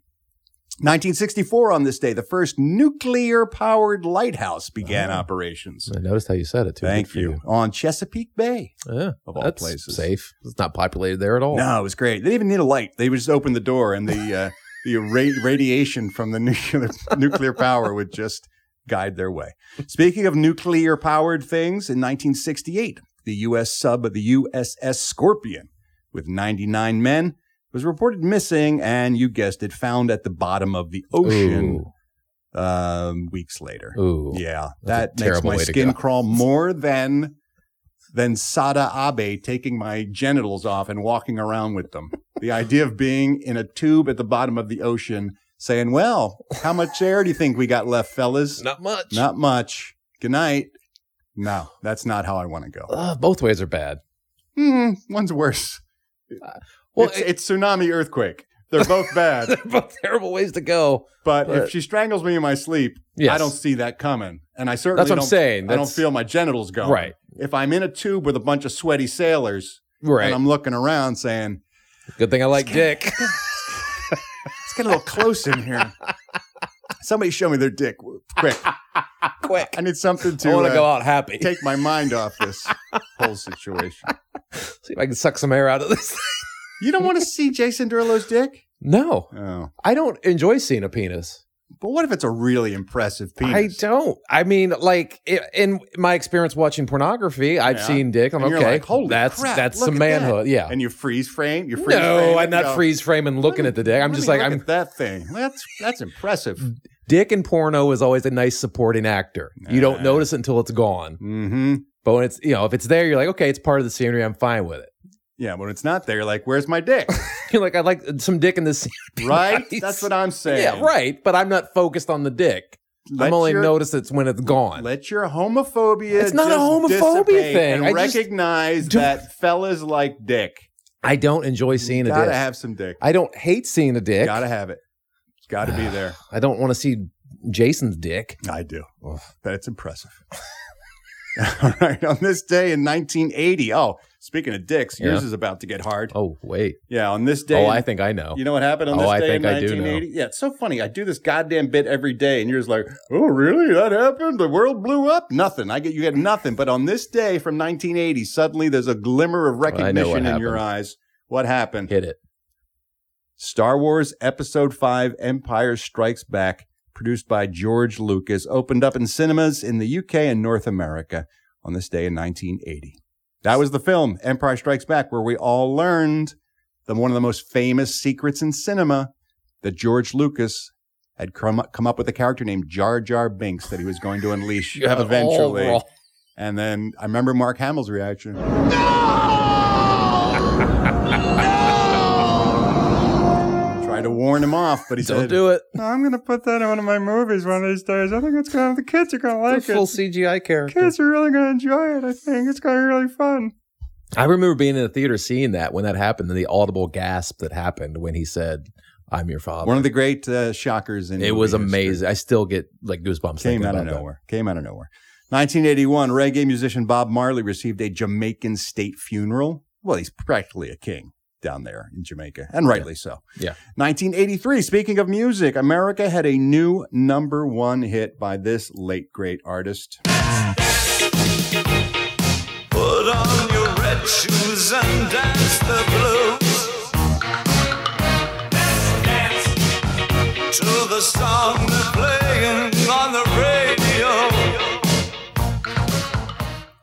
S2: 1964, on this day, the first nuclear powered lighthouse began operations.
S3: I noticed how you said it Ah. too. Good
S2: Thank
S3: for
S2: you. On Chesapeake Bay.
S3: Yeah,
S2: Of all
S3: that's
S2: places.
S3: safe. It's not populated there at all.
S2: No, it was great. They didn't even need a light. They would just opened the door and the, uh, the ra- radiation from the nuclear, nuclear power would just guide their way. Speaking of nuclear powered things, in 1968, the U.S. sub of the USS Scorpion with 99 men was reported missing and you guessed it, found at the bottom of the ocean um, weeks later.
S3: Ooh.
S2: Yeah,
S3: That's a
S2: that makes
S3: terrible
S2: my
S3: way to
S2: skin
S3: go.
S2: crawl more than than Sada Abe taking my genitals off and walking around with them. the idea of being in a tube at the bottom of the ocean, saying, "Well, how much air do you think we got left, fellas?
S3: Not much.
S2: Not much. Good night." No, that's not how I want to go.
S3: Ugh, both ways are bad.
S2: Hmm, one's worse.
S3: Well,
S2: it's, it's tsunami earthquake. They're both bad.
S3: they're both terrible ways to go.
S2: But, if
S3: But-
S2: she strangles me in my sleep,
S3: Yes.
S2: I don't see that coming, and I certainly
S3: That's what I'm
S2: don't,
S3: saying.
S2: I don't
S3: That's-
S2: feel my genitals going.
S3: Right.
S2: If I'm in a tube with a bunch of sweaty sailors,
S3: Right.
S2: and I'm looking around saying,
S3: Good thing I like dick.
S2: It's getting a little close in here. Somebody show me their dick, quick,
S3: quick.
S2: I need something to. uh,
S3: I wanna go out happy.
S2: Take my mind off this whole situation.
S3: See if I can suck some hair out of this.
S2: You don't want to see Jason Derulo's dick?
S3: No,
S2: Oh,
S3: I don't enjoy seeing a penis.
S2: but what if it's a really impressive penis?
S3: I don't. I mean, like i- in my experience watching pornography, I've
S2: Yeah.
S3: seen dick. I'm
S2: And you're
S3: okay.
S2: like, "Holy
S3: that's
S2: crap,
S3: that's
S2: look
S3: some
S2: at that."
S3: manhood. Yeah.
S2: And you freeze frame. You freeze frame
S3: No,
S2: it,
S3: I'm
S2: you
S3: not
S2: go,
S3: freeze framing looking at the dick. I'm
S2: "Let
S3: just
S2: me
S3: like
S2: look
S3: I'm Mm.
S2: at that thing. That's that's impressive.
S3: dick in porno is always a nice supporting actor. You don't
S2: Nah.
S3: notice it until it's gone.
S2: Mm-hmm.
S3: But when it's you know, if it's there, you're like, okay, it's part of the scenery. I'm fine with it.
S2: Yeah, when it's not there, you're like, "Where's my dick?"
S3: You're like, I'd like some dick in this scene.
S2: right? That's what I'm saying.
S3: Yeah, right. But I'm not focused on the dick.
S2: Let
S3: I'm only
S2: your-
S3: notice it's when it's gone.
S2: Let your homophobia.
S3: It's not a
S2: just
S3: homophobia
S2: dissipate
S3: thing.
S2: And
S3: I just
S2: recognize
S3: don't-
S2: that fellas like dick.
S3: I don't enjoy seeing a
S2: Gotta
S3: dick.
S2: have some dick.
S3: I don't hate seeing a dick.
S2: Gotta have it. It's gotta be there.
S3: I don't want to see Jason's dick.
S2: I do.
S3: Ugh.
S2: But it's impressive. All right. On this day in 1980. Oh, speaking of dicks, yours
S3: Yeah.
S2: is about to get hard.
S3: Oh wait.
S2: Yeah. On this day.
S3: Oh, I think I know.
S2: You know what happened on
S3: Oh,
S2: this
S3: I
S2: day
S3: think
S2: in
S3: I do know.
S2: 1980? Yeah, it's so funny. I do this goddamn bit every day, and you're just like, "Oh, really? That happened? The world blew up? Nothing. I get you get nothing." But on this day from 1980, suddenly there's a glimmer of
S3: I know what
S2: recognition in your
S3: happened.
S2: eyes. What happened?
S3: Hit it.
S2: Star Wars Episode 5 Empire Strikes Back, produced by George Lucas, opened up in cinemas in the UK and North America on this day in 1980. That was the film, Empire Strikes Back, where we all learned the, one of the most famous secrets in cinema that George Lucas had come up, come up with a character named Jar Jar Binks that he was going to unleash
S3: You have it all
S2: eventually.
S3: wrong.
S2: And then I remember Mark Hamill's reaction. Tried to warn him off, but he
S3: Don't
S2: said,
S3: do it.
S2: "No, I'm going to put that in one of my movies one of these days. I think it's going to, the kids are going to like
S3: It's a full
S2: it.
S3: CGI character.
S2: Kids are really going to enjoy it, I think. It's going to be really fun.
S3: I remember being in the theater seeing that when that happened and the audible gasp that happened when he said, "I'm your father."
S2: One of the great uh, shockers in
S3: it was
S2: movie history.
S3: amazing. I still get like goosebumps.
S2: Came
S3: thinking
S2: out of
S3: about that.
S2: nowhere. Came out of nowhere. 1981, reggae musician Bob Marley received a Jamaican state funeral. Well, he's practically a king down there in Jamaica, and rightly so.
S3: Yeah.
S2: 1983, speaking of music, America had a new number one hit by this late great artist.
S1: Put on your red shoes and dance the blues. Dance, dance to the song they're playing on the radio.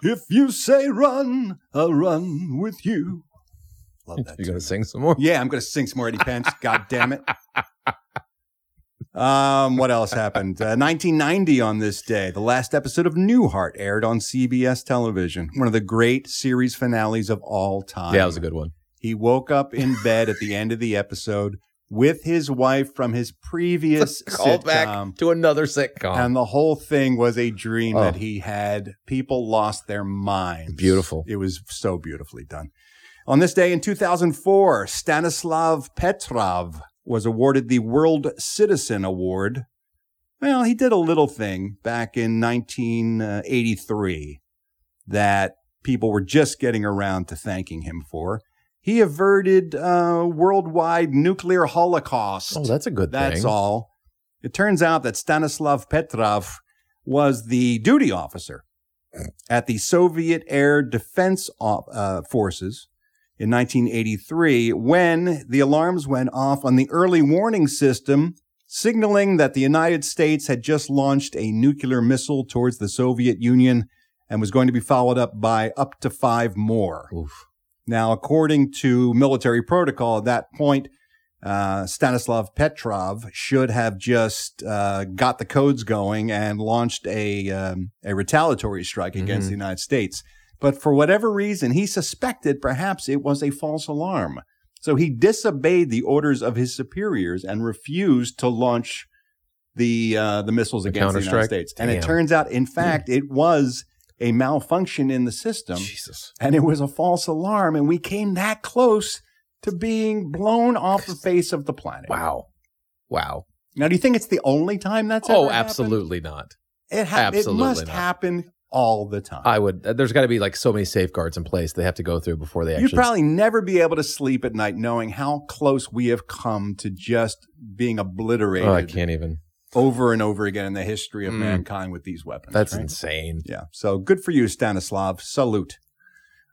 S2: If you say run, I'll run with you. Love that.
S3: You're
S2: tune.
S3: gonna sing some more.
S2: Yeah, I'm going to sing some more Eddie Pence. God damn it. Um, what else happened? Uh, 1990 on this day, the last episode of Newhart aired on CBS television. One of the great series finales of all time.
S3: Yeah, that was a good one.
S2: He woke up in bed at the end of the episode with his wife from his previous
S3: Call
S2: sitcom.
S3: back to another sitcom.
S2: And the whole thing was a dream that
S3: Oh.
S2: he had. People lost their minds.
S3: Beautiful.
S2: It was so beautifully done. On this day in 2004, Stanislav Petrov was awarded the World Citizen Award. Well, he did a little thing back in 1983 that people were just getting around to thanking him for. He averted a worldwide nuclear holocaust.
S3: oh, that's a good
S2: That's
S3: thing.
S2: all. It turns out that Stanislav Petrov was the duty officer at the Soviet Air Defense O- uh, Forces in 1983 when the alarms went off on the early warning system, signaling that the United States had just launched a nuclear missile towards the Soviet Union and was going to be followed up by up to five more.
S3: Oof.
S2: Now, according to military protocol at that point, uh, Stanislav Petrov should have just uh, got the codes going and launched a um, a retaliatory strike against
S3: Mhm.
S2: the United States. But for whatever reason, he suspected perhaps it was a false alarm. So he disobeyed the orders of his superiors and refused to launch the uh, the missiles
S3: The
S2: against the United
S3: counterstrike?
S2: States. And it
S3: Damn. Hmm.
S2: turns out, in fact, it was a malfunction in the system
S3: Jesus.
S2: and it was a false alarm, and we came that close to being blown off the face of the planet.
S3: Wow. Wow.
S2: Now, do you think it's the only time that's ever
S3: Oh,
S2: happened?
S3: absolutely not.
S2: It, ha- it
S3: Absolutely
S2: must
S3: not.
S2: happen all the time.
S3: I would. uh, There's got to be like so many safeguards in place they have to go through before they actually.
S2: You'd probably never be able to sleep at night knowing how close we have come to just being obliterated
S3: Oh, I can't even.
S2: over and over again in the history of
S3: Mm.
S2: mankind with these weapons.
S3: That's
S2: right?
S3: insane.
S2: Yeah. So good for you, Stanislav. Salute.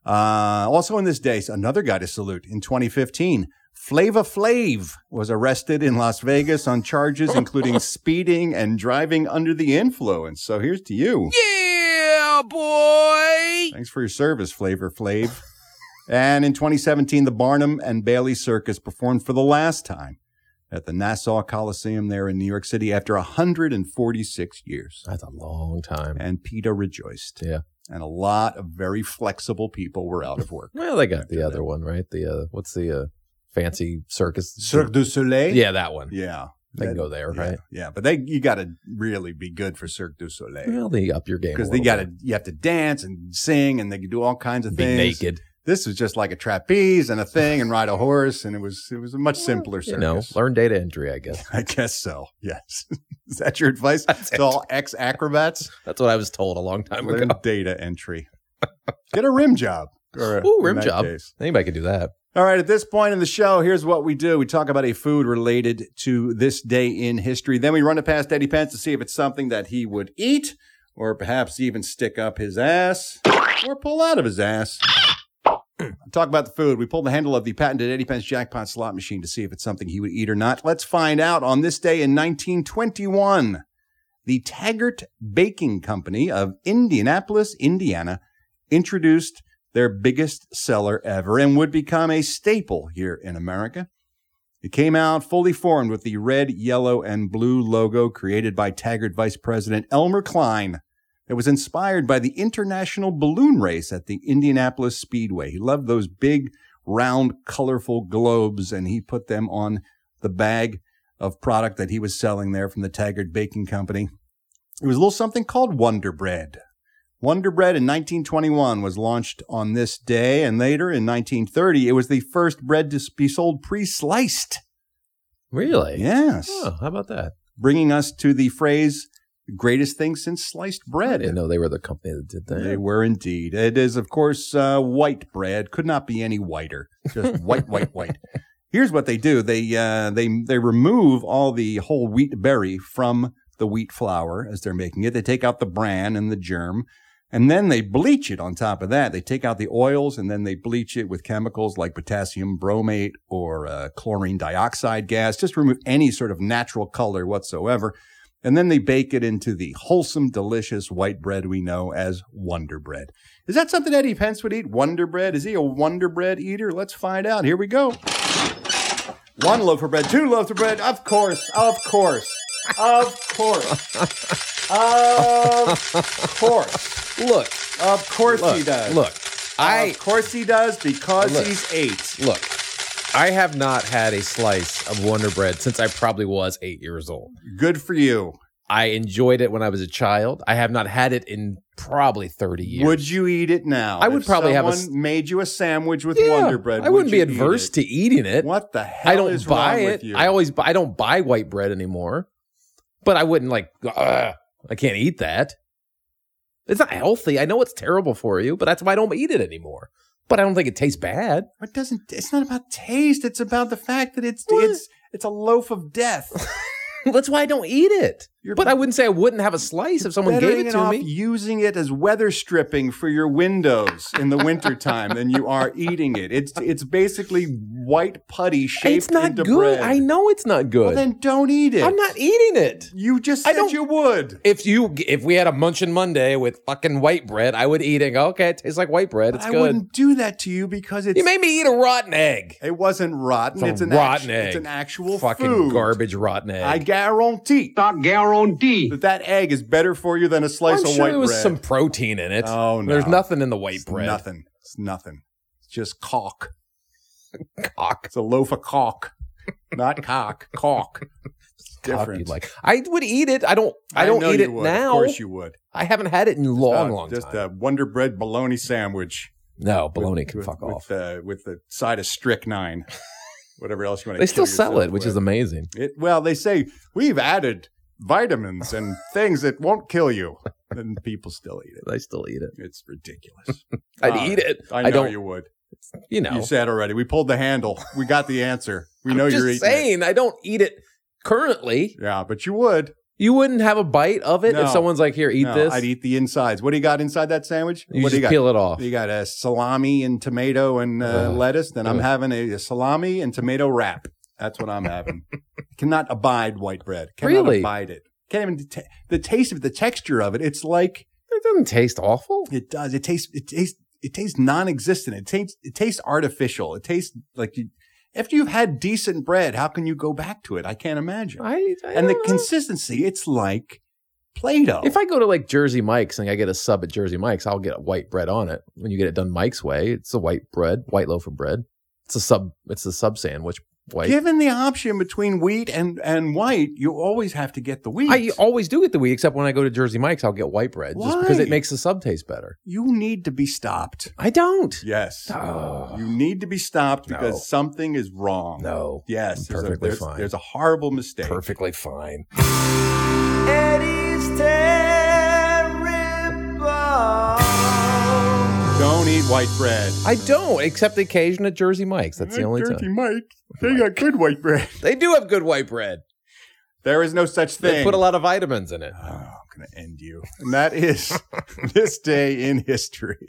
S2: Uh, also, in this day, another guy to salute in 2015. Flava Flav was arrested in Las Vegas on charges including speeding and driving under the influence. So here's to you.
S4: Yeah, boy.
S2: Thanks for your service, Flavor Flav. and in 2017, the Barnum and Bailey Circus performed for the last time at the Nassau Coliseum there in New York City after 146 years.
S3: That's a long time.
S2: And PETA rejoiced.
S3: Yeah.
S2: And a lot of very flexible people were out of work.
S3: Well, they got the other one right. The uh, what's the uh, fancy circus?
S2: Cirque du Soleil?
S3: Yeah, that one.
S2: Yeah.
S3: They can
S2: That-
S3: go there,
S2: yeah,
S3: right?
S2: Yeah, but they you got to really be good for Cirque du Soleil.
S3: Well, they up your game a
S2: because they
S3: little
S2: got
S3: bit.
S2: to you have to dance and sing and they can do all kinds of
S3: Be
S2: things.
S3: naked.
S2: This was just like a trapeze and a thing and ride a horse and it was it was a much simpler
S3: You
S2: circus.
S3: know, learn data entry, I guess.
S2: I guess so. Yes. Is that your advice? It's all ex acrobats.
S3: That's what I was told a long time
S2: Learn
S3: ago.
S2: data entry. Get a rim job. or-
S3: Ooh,
S2: in
S3: rim
S2: that
S3: job.
S2: case.
S3: Anybody can do that.
S2: All right, at this point in the show, here's what we do. We talk about a food related to this day in history. Then we run it past Eddie Pence to see if it's something that he would eat or perhaps even stick up his ass or pull out of his ass. talk about the food. We pull the handle of the patented Eddie Pence jackpot slot machine to see if it's something he would eat or not. Let's find out on this day in 1921. The Taggart Baking Company of Indianapolis, Indiana, introduced their biggest seller ever and would become a staple here in America. It came out fully formed with the red, yellow, and blue logo created by Taggart Vice President Elmer Klein. It was inspired by the international balloon race at the Indianapolis Speedway. He loved those big, round, colorful globes, and he put them on the bag of product that he was selling there from the Taggart Baking Company. It was a little something called Wonder Bread. Wonder Bread in 1921 was launched on this day, and later in 1930, it was the first bread to be sold pre sliced.
S3: Really?
S2: Yes.
S3: Oh, how about that?
S2: Bringing us to the phrase, greatest thing since sliced
S3: I
S2: bread.
S3: didn't know they were the company that did that.
S2: They were indeed. It is, of course, uh, white bread. Could not be any whiter. Just white, white, white. Here's what they do: they uh, they they remove all the whole wheat berry from the wheat flour as they're making it. They take out the bran and the germ, and then they bleach it. On top of that, they take out the oils and then they bleach it with chemicals like potassium bromate or uh, chlorine dioxide gas. Just remove any sort of natural color whatsoever. And then they bake it into the wholesome, delicious white bread we know as Wonder Bread. Is that something Eddie Pence would eat? Wonder Bread? Is he a Wonder Bread eater? Let's find out. Here we go. One loaf of bread, two loaves of bread. Of course, of course, of course, of course.
S3: Look,
S2: of course
S3: look,
S2: he does.
S3: Look, I
S2: of course he does because
S3: Look.
S2: he's eight.
S3: look. I have not had a slice of Wonder Bread since I probably was eight years old.
S2: Good for you.
S3: I enjoyed it when I was a child. I have not had it in probably thirty years.
S2: Would you eat it now?
S3: I would
S2: If
S3: probably have a
S2: someone
S3: s-
S2: made you a sandwich with
S3: Yeah,
S2: Wonder Bread.
S3: I
S2: would
S3: wouldn't be
S2: you eat
S3: adverse
S2: it?
S3: to eating it.
S2: What the hell?
S3: I don't
S2: is
S3: buy
S2: wrong
S3: it.
S2: With you?
S3: I always buy, I don't buy white bread anymore. But I wouldn't like "Ugh, I can't eat that. It's not healthy. I know it's terrible for you, but that's why I don't eat it anymore. But I don't think it tastes bad.
S2: It doesn't. It's not about taste. It's about the fact that it's
S3: What?
S2: it's it's a loaf of death.
S3: that's why I don't eat it.
S2: You're-
S3: but I wouldn't say I wouldn't have a slice if someone
S2: Bettering
S3: gave it
S2: it
S3: to
S2: off
S3: me.
S2: using it as weather stripping for your windows in the wintertime than you are eating it. It's it's basically white putty shaped
S3: It's not
S2: into
S3: good.
S2: bread.
S3: I know it's not good.
S2: Well, then don't eat it.
S3: I'm not eating it.
S2: You just
S3: I
S2: said
S3: don't-
S2: you would.
S3: If you if we had a Munchin Monday with fucking white bread, I would eat it. and go, Okay, it tastes like white bread. It's
S2: I
S3: good.
S2: wouldn't do that to you because it's
S3: You made me eat a rotten egg.
S2: it wasn't rotten.
S3: It's a
S2: It's, an
S3: rotten
S2: actu-
S3: egg.
S2: It's an actual
S3: Fucking
S2: food.
S3: garbage rotten egg.
S2: I guarantee
S5: I guarantee.
S2: that that egg is better for you than a slice
S3: I'm
S2: of
S3: sure
S2: white
S3: there was
S2: bread.
S3: some protein in it.
S2: Oh, no.
S3: There's nothing in the white
S2: It's
S3: bread.
S2: Nothing. It's nothing. It's just caulk.
S3: Cock.
S2: It's a loaf of caulk, not cock. Caulk. It's
S3: Cock
S2: different.
S3: you'd like. I would eat it. I don't. I, don't
S2: know
S3: eat
S2: you
S3: it
S2: would.
S3: now.
S2: Of course you would.
S3: I haven't had it in a long,
S2: Uh,
S3: long
S2: just
S3: time.
S2: a Wonder Bread bologna sandwich.
S3: no, bologna
S2: with-
S3: can
S2: with-
S3: fuck
S2: with,
S3: off.
S2: Uh, with the side of strychnine, whatever else you want to.
S3: They still sell it, which is
S2: with.
S3: amazing.
S2: It, well, they say we've added vitamins and things that won't kill you. and people still eat it.
S3: They still eat it.
S2: It's ridiculous.
S3: I'd
S2: Ah,
S3: eat it.
S2: I know
S3: I don't-
S2: you would.
S3: You know.
S2: You said already. We pulled the handle. We got the answer. We know
S3: I'm
S2: you're
S3: just
S2: eating. it.
S3: saying I don't eat it currently.
S2: Yeah, but you would.
S3: You wouldn't have a bite of it
S2: No.
S3: if someone's like, "Here, eat
S2: No,
S3: this."
S2: I'd eat the insides. What do you got inside that sandwich?
S3: You
S2: what do
S3: just peel it
S2: got?
S3: off.
S2: You got a salami and tomato and uh,
S3: Ugh.
S2: lettuce. Then I'm
S3: Ugh.
S2: having a, a salami and tomato wrap. That's what I'm having. Cannot abide white bread. Cannot
S3: Really?
S2: abide it. Can't even ta- the taste of the texture of it. It's like
S3: It doesn't taste awful.
S2: it does. It tastes. It tastes. It tastes non-existent. It tastes. It tastes artificial. It tastes like you. After you've had decent bread, how can you go back to it? I can't imagine.
S3: I, I
S2: and the
S3: don't know.
S2: consistency, it's like Play-Doh.
S3: If I go to like Jersey Mike's and I get a sub at Jersey Mike's, I'll get white bread on it. When you get it done Mike's way, it's a white bread, white loaf of bread. It's a sub. It's a sub sandwich. White.
S2: Given the option between wheat and, and white, you always have to get the wheat.
S3: I always do get the wheat, except when I go to Jersey Mike's, I'll get white bread just because
S2: Why?
S3: it makes the sub taste better.
S2: you need to be stopped.
S3: I don't.
S2: Yes.
S3: Oh.
S2: You need to be stopped because
S3: No.
S2: something is wrong.
S3: No.
S2: Yes. There's a,
S3: Perfectly
S2: there's,
S3: fine.
S2: there's a horrible mistake.
S3: Perfectly fine.
S1: Eddie's terrible.
S2: Don't eat white bread.
S3: I don't, except the occasion at Jersey Mike's. That's the only time.
S2: Mike. They got good white bread.
S3: They do have good white bread.
S2: There is no such thing.
S3: They put a lot of vitamins in it.
S2: Oh, I'm going to end you. And that is this day in history.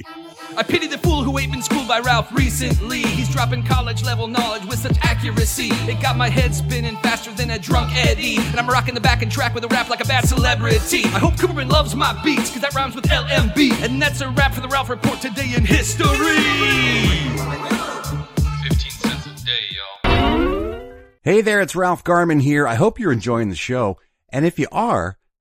S4: I pity the fool who ain't been schooled by Ralph recently. He's dropping college level knowledge with such accuracy. It got my head spinning faster than a drunk Eddie. And I'm rocking the back and track with a rap like a bad celebrity. I hope Cooperman loves my beats, cause that rhymes with LMB. And that's a wrap for the Ralph Report today in history.
S12: Hey there, it's Ralph Garman here. I hope you're enjoying the show. And if you are,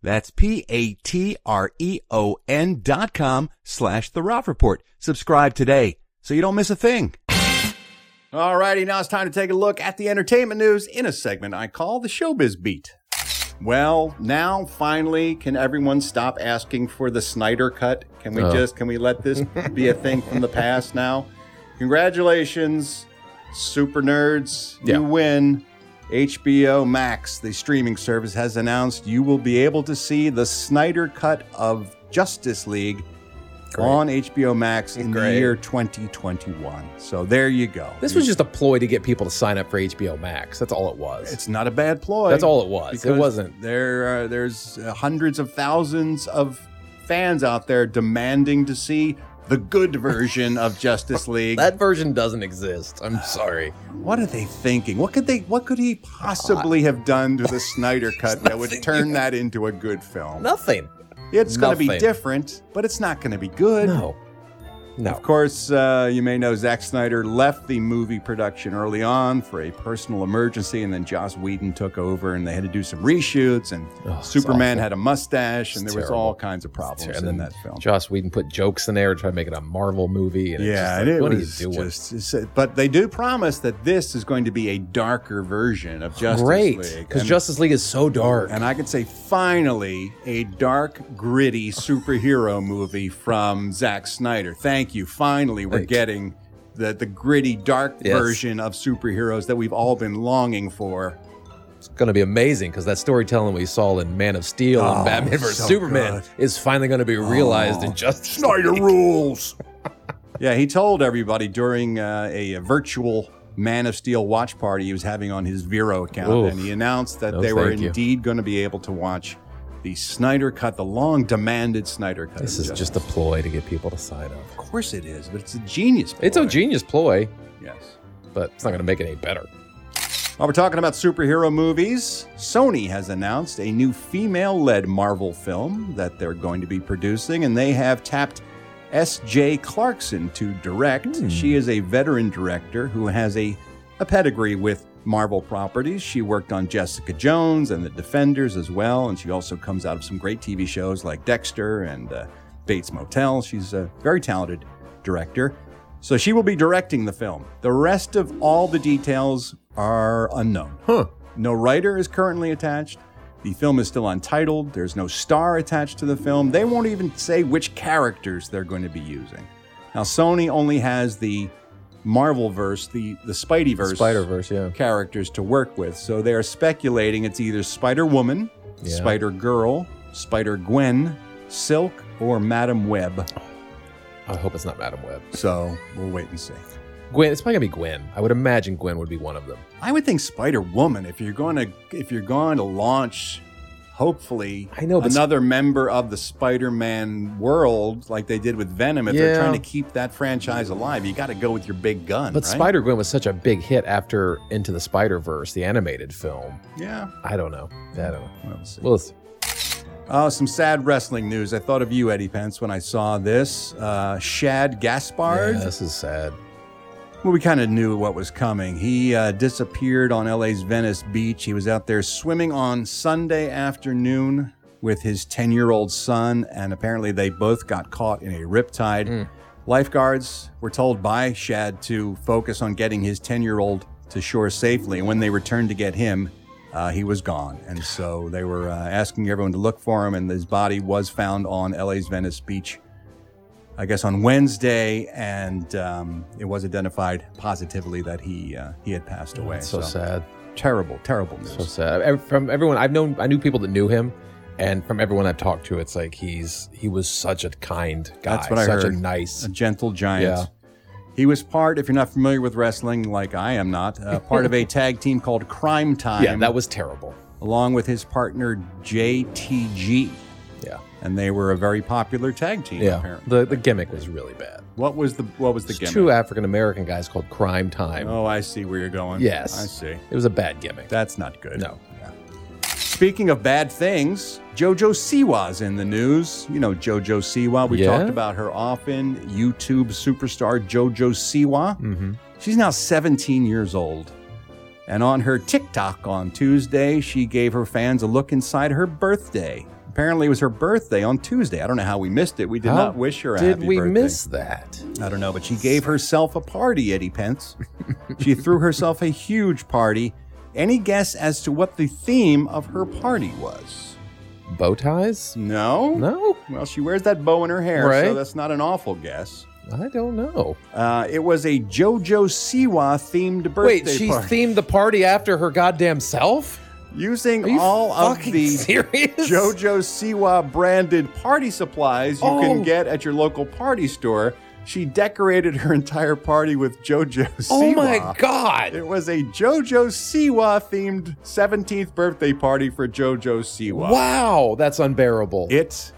S12: That's P-A-T-R-E-O-N E dot com slash the Ralph Report. Subscribe today so you don't miss a thing.
S2: Alrighty, now it's time to take a look at the entertainment news in a segment I call the Showbiz Beat. Well, now finally, can everyone stop asking for the Snyder cut? Can we
S3: Oh.
S2: just can we let this be a thing from the past now? Congratulations, super nerds!
S3: Yeah.
S2: You win. HBO Max, the streaming service, has announced you will be able to see the Snyder cut of Justice League on HBO Max in the
S3: Great.
S2: year 2021. So there you go.
S3: This
S2: You-
S3: was just a ploy to get people to sign up for HBO Max. That's all it was.
S2: it's not a bad ploy.
S3: That's all it was. It
S2: because
S3: wasn't.
S2: There, uh, there's uh, hundreds of thousands of fans out there demanding to see the good version of Justice League.
S3: That version doesn't exist. I'm sorry.
S2: what are they thinking? What could they? What could he possibly have done to the Snyder cut that would turn that into a good film?
S3: Nothing.
S2: it's going to be
S3: nothing.
S2: different, but it's not going to be good.
S3: No.
S2: Of
S3: No.
S2: course, uh, you may know Zack Snyder left the movie production early on for a personal emergency, and then Joss Whedon took over, and they had to do some reshoots, and
S3: Oh, it's
S2: Superman
S3: awful.
S2: had a mustache, and
S3: It's
S2: there was
S3: terrible.
S2: all kinds of problems
S3: And
S2: in
S3: then
S2: that film.
S3: Joss Whedon put jokes in there to try to make it a Marvel movie. And
S2: yeah,
S3: it's just like,
S2: and it
S3: what
S2: was
S3: are you doing?
S2: just. it's- But they do promise that this is going to be a darker version of Justice
S3: Great,
S2: League.
S3: because
S2: And-
S3: Justice League is so dark.
S2: And I could say, finally, a dark, gritty superhero movie from Zack Snyder. Thank you. Finally, we're
S3: Thank you.
S2: getting the, the gritty, dark
S3: Yes.
S2: version of superheroes that we've all been longing for.
S3: It's going to be amazing because that storytelling we saw in Man of Steel
S2: Oh,
S3: and Batman vs
S2: so
S3: Superman
S2: good.
S3: is finally going to be realized
S2: Oh.
S3: in Justice League.
S2: rules. yeah, he told everybody during uh, a, a virtual Man of Steel watch party he was having on his Vero account,
S3: Oof.
S2: and he announced that
S3: No,
S2: they were
S3: thank you.
S2: indeed going to be able to watch the Snyder Cut, the long demanded Snyder Cut.
S3: This
S2: of
S3: is
S2: Justice
S3: just a ploy to get people to sign up.
S2: Of course it is, but it's a genius.
S3: It's
S2: ploy.
S3: a genius ploy,
S2: Yes.
S3: but it's not going to make it any better.
S2: While we're talking about superhero movies, Sony has announced a new female led Marvel film that they're going to be producing, and they have tapped S.J. Clarkson to direct. She is a veteran director who has a, a pedigree with Marvel properties. She worked on Jessica Jones and The Defenders as well, and she also comes out of some great TV shows like Dexter and uh, Bates Motel. She's a very talented director. So she will be directing the film. The rest of all the details are unknown.
S3: Huh.
S2: No writer is currently attached. The film is still untitled. There's no star attached to the film. They won't even say which characters they're going to be using. Now, Sony only has the Marvel verse, the, the Spidey verse,
S3: Spider Verse, yeah.
S2: characters to work with. So they are speculating it's either Spider Woman,
S3: Yeah.
S2: Spider Girl, Spider Gwen, Silk, or Madam Web.
S3: I hope it's not Madam Web.
S2: So we'll wait and see.
S3: Gwen, it's probably gonna be Gwen. I would imagine Gwen would be one of them.
S2: I would think Spider Woman if you're going to if you're going to launch hopefully
S3: I know, but-
S2: another member of the Spider-Man world like they did with Venom if they're
S3: Yeah.
S2: trying to keep that franchise alive you got to go with your big gun
S3: But
S2: right?
S3: Spider Gwen was such a big hit after Into the Spider Verse, the animated film.
S2: yeah
S3: I don't know. I don't know.
S2: we'll see.
S3: Well, it's-
S2: oh some sad wrestling news I thought of you Eddie Pence when I saw this uh, Shad Gaspard
S3: yeah, this is sad.
S2: Well, we kind of knew what was coming. He uh, disappeared on LA's Venice Beach. He was out there swimming on Sunday afternoon with his 10 year old son, and apparently they both got caught in a riptide. Lifeguards were told by Shad to focus on getting his 10 year old to shore safely. And when they returned to get him, uh, he was gone. And so they were uh, asking everyone to look for him, and his body was found on LA's Venice Beach. I guess on Wednesday, and um, it was identified positively that he uh, he had passed away.
S3: It's so, sad.
S2: Terrible, terrible news.
S3: So sad. Ev- From everyone I've known, I knew people that knew him, and from everyone I've talked to, it's like he's he was such a kind guy.
S2: That's what I
S3: such
S2: heard.
S3: a nice.
S2: a gentle giant.
S3: Yeah.
S2: He was part, if you're not familiar with wrestling, like I am not, uh, part of a tag team called Crime Time,
S3: Yeah, that was terrible.
S2: along with his partner JTG,
S3: Yeah,
S2: and they were a very popular tag team.
S3: yeah.
S2: Apparently,
S3: The the gimmick was really bad.
S2: what was the what was the
S3: It's
S2: gimmick?
S3: two African American guys called Crime Time.
S2: Oh, I see where you're going.
S3: Yes.
S2: I see.
S3: It was a bad gimmick.
S2: That's not good.
S3: No.
S2: Speaking of bad things, JoJo Siwa's in the news. You know JoJo Siwa. We
S3: Yeah.
S2: talked about her often. YouTube superstar JoJo Siwa.
S3: Mm-hmm.
S2: She's now 17 years old. And on her TikTok on Tuesday, she gave her fans a look inside her birthday. Apparently, it was her birthday on Tuesday. I don't know how we missed it. We did
S3: How
S2: not wish her a
S3: Did
S2: happy
S3: we
S2: birthday.
S3: miss that?
S2: I don't know, but she gave herself a party, Eddie Pence. she threw herself a huge party. Any guess as to what the theme of her party was?
S3: Bow ties?
S2: No.
S3: No,
S2: Well, she wears that bow in her hair, so
S3: Right.
S2: that's not an awful guess.
S3: I don't know.
S2: Uh, it was a JoJo Siwa themed birthday
S3: Wait, she
S2: party.
S3: themed the party after her goddamn self?
S2: Using
S3: Are you
S2: all of
S3: fucking
S2: the
S3: serious?
S2: JoJo Siwa branded party supplies you can
S3: Oh.
S2: get at your local party store, she decorated her entire party with JoJo Siwa.
S3: Oh my god.
S2: It was a JoJo Siwa themed 17th birthday party for JoJo Siwa.
S3: Wow, that's unbearable.
S2: It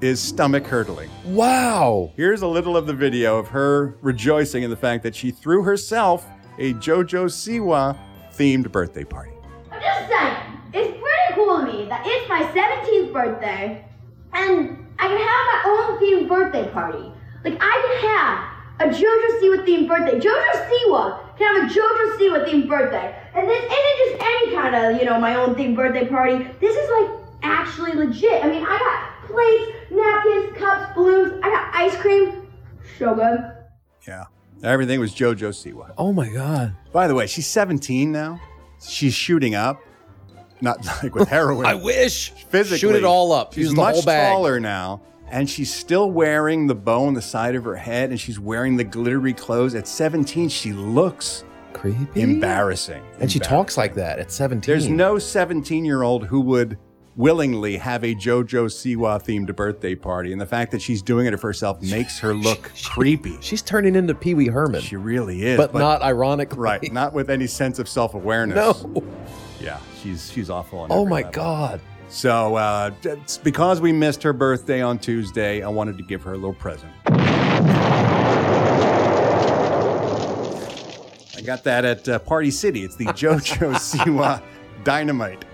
S2: is stomach hurtling.
S3: wow.
S2: Here's a little of the video of her rejoicing in the fact that she threw herself a JoJo Siwa themed birthday party.
S13: I'm just saying, it's pretty cool of me that it's my 17th birthday and I can have my own themed birthday party. Like, I can have a JoJo Siwa themed birthday. JoJo Siwa can have a JoJo Siwa themed birthday. And this isn't just any kind of, you know, my own themed birthday party. This is like actually legit. I mean, I got plates, napkins, cups, balloons, I got ice cream. So good.
S2: Yeah. Everything was JoJo Siwa.
S3: Oh my god.
S2: By the way, she's 17 now. She's shooting up. Not like with heroin.
S3: I wish.
S2: physically.
S3: Shoot it all up.
S2: She's
S3: Use the
S2: much
S3: whole bag.
S2: taller now, and she's still wearing the bow on the side of her head, and she's wearing the glittery clothes. At 17, she looks
S3: Creepy.
S2: embarrassing.
S3: And she
S2: Embarrassing.
S3: talks like that at 17.
S2: There's no 17 year old who would willingly have a JoJo Siwa themed birthday party, and the fact that she's doing it of herself makes her look creepy.
S3: She's turning into Pee Wee Herman.
S2: She really is,
S3: but, not ironically.
S2: right, not with any sense of self awareness.
S3: No.
S2: Yeah, she's she's awful. on
S3: Oh
S2: every
S3: my
S2: level.
S3: god.
S2: So, uh, it's because we missed her birthday on Tuesday, I wanted to give her a little present. I got that at uh, Party City. It's the JoJo Siwa Dynamite.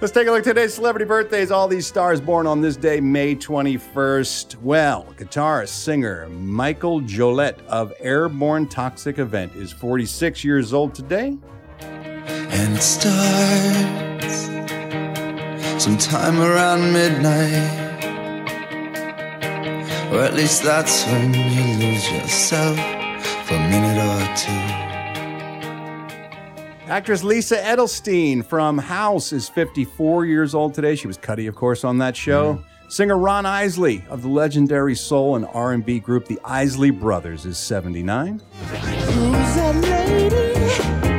S2: Let's take a look at today's celebrity birthdays. All these stars born on this day, May 21st. Well, guitarist, singer Michael Jolette of Airborne Toxic Event is 46 years old today.
S1: and it starts sometime around midnight.
S14: Or at least that's when you lose yourself for a minute or two.
S2: Actress Lisa Edelstein from House is 54 years old today. She was Cuddy, of course, on that show. Singer Ron Isley of the legendary soul and R&B group the Isley Brothers is 79.
S4: Who's that lady?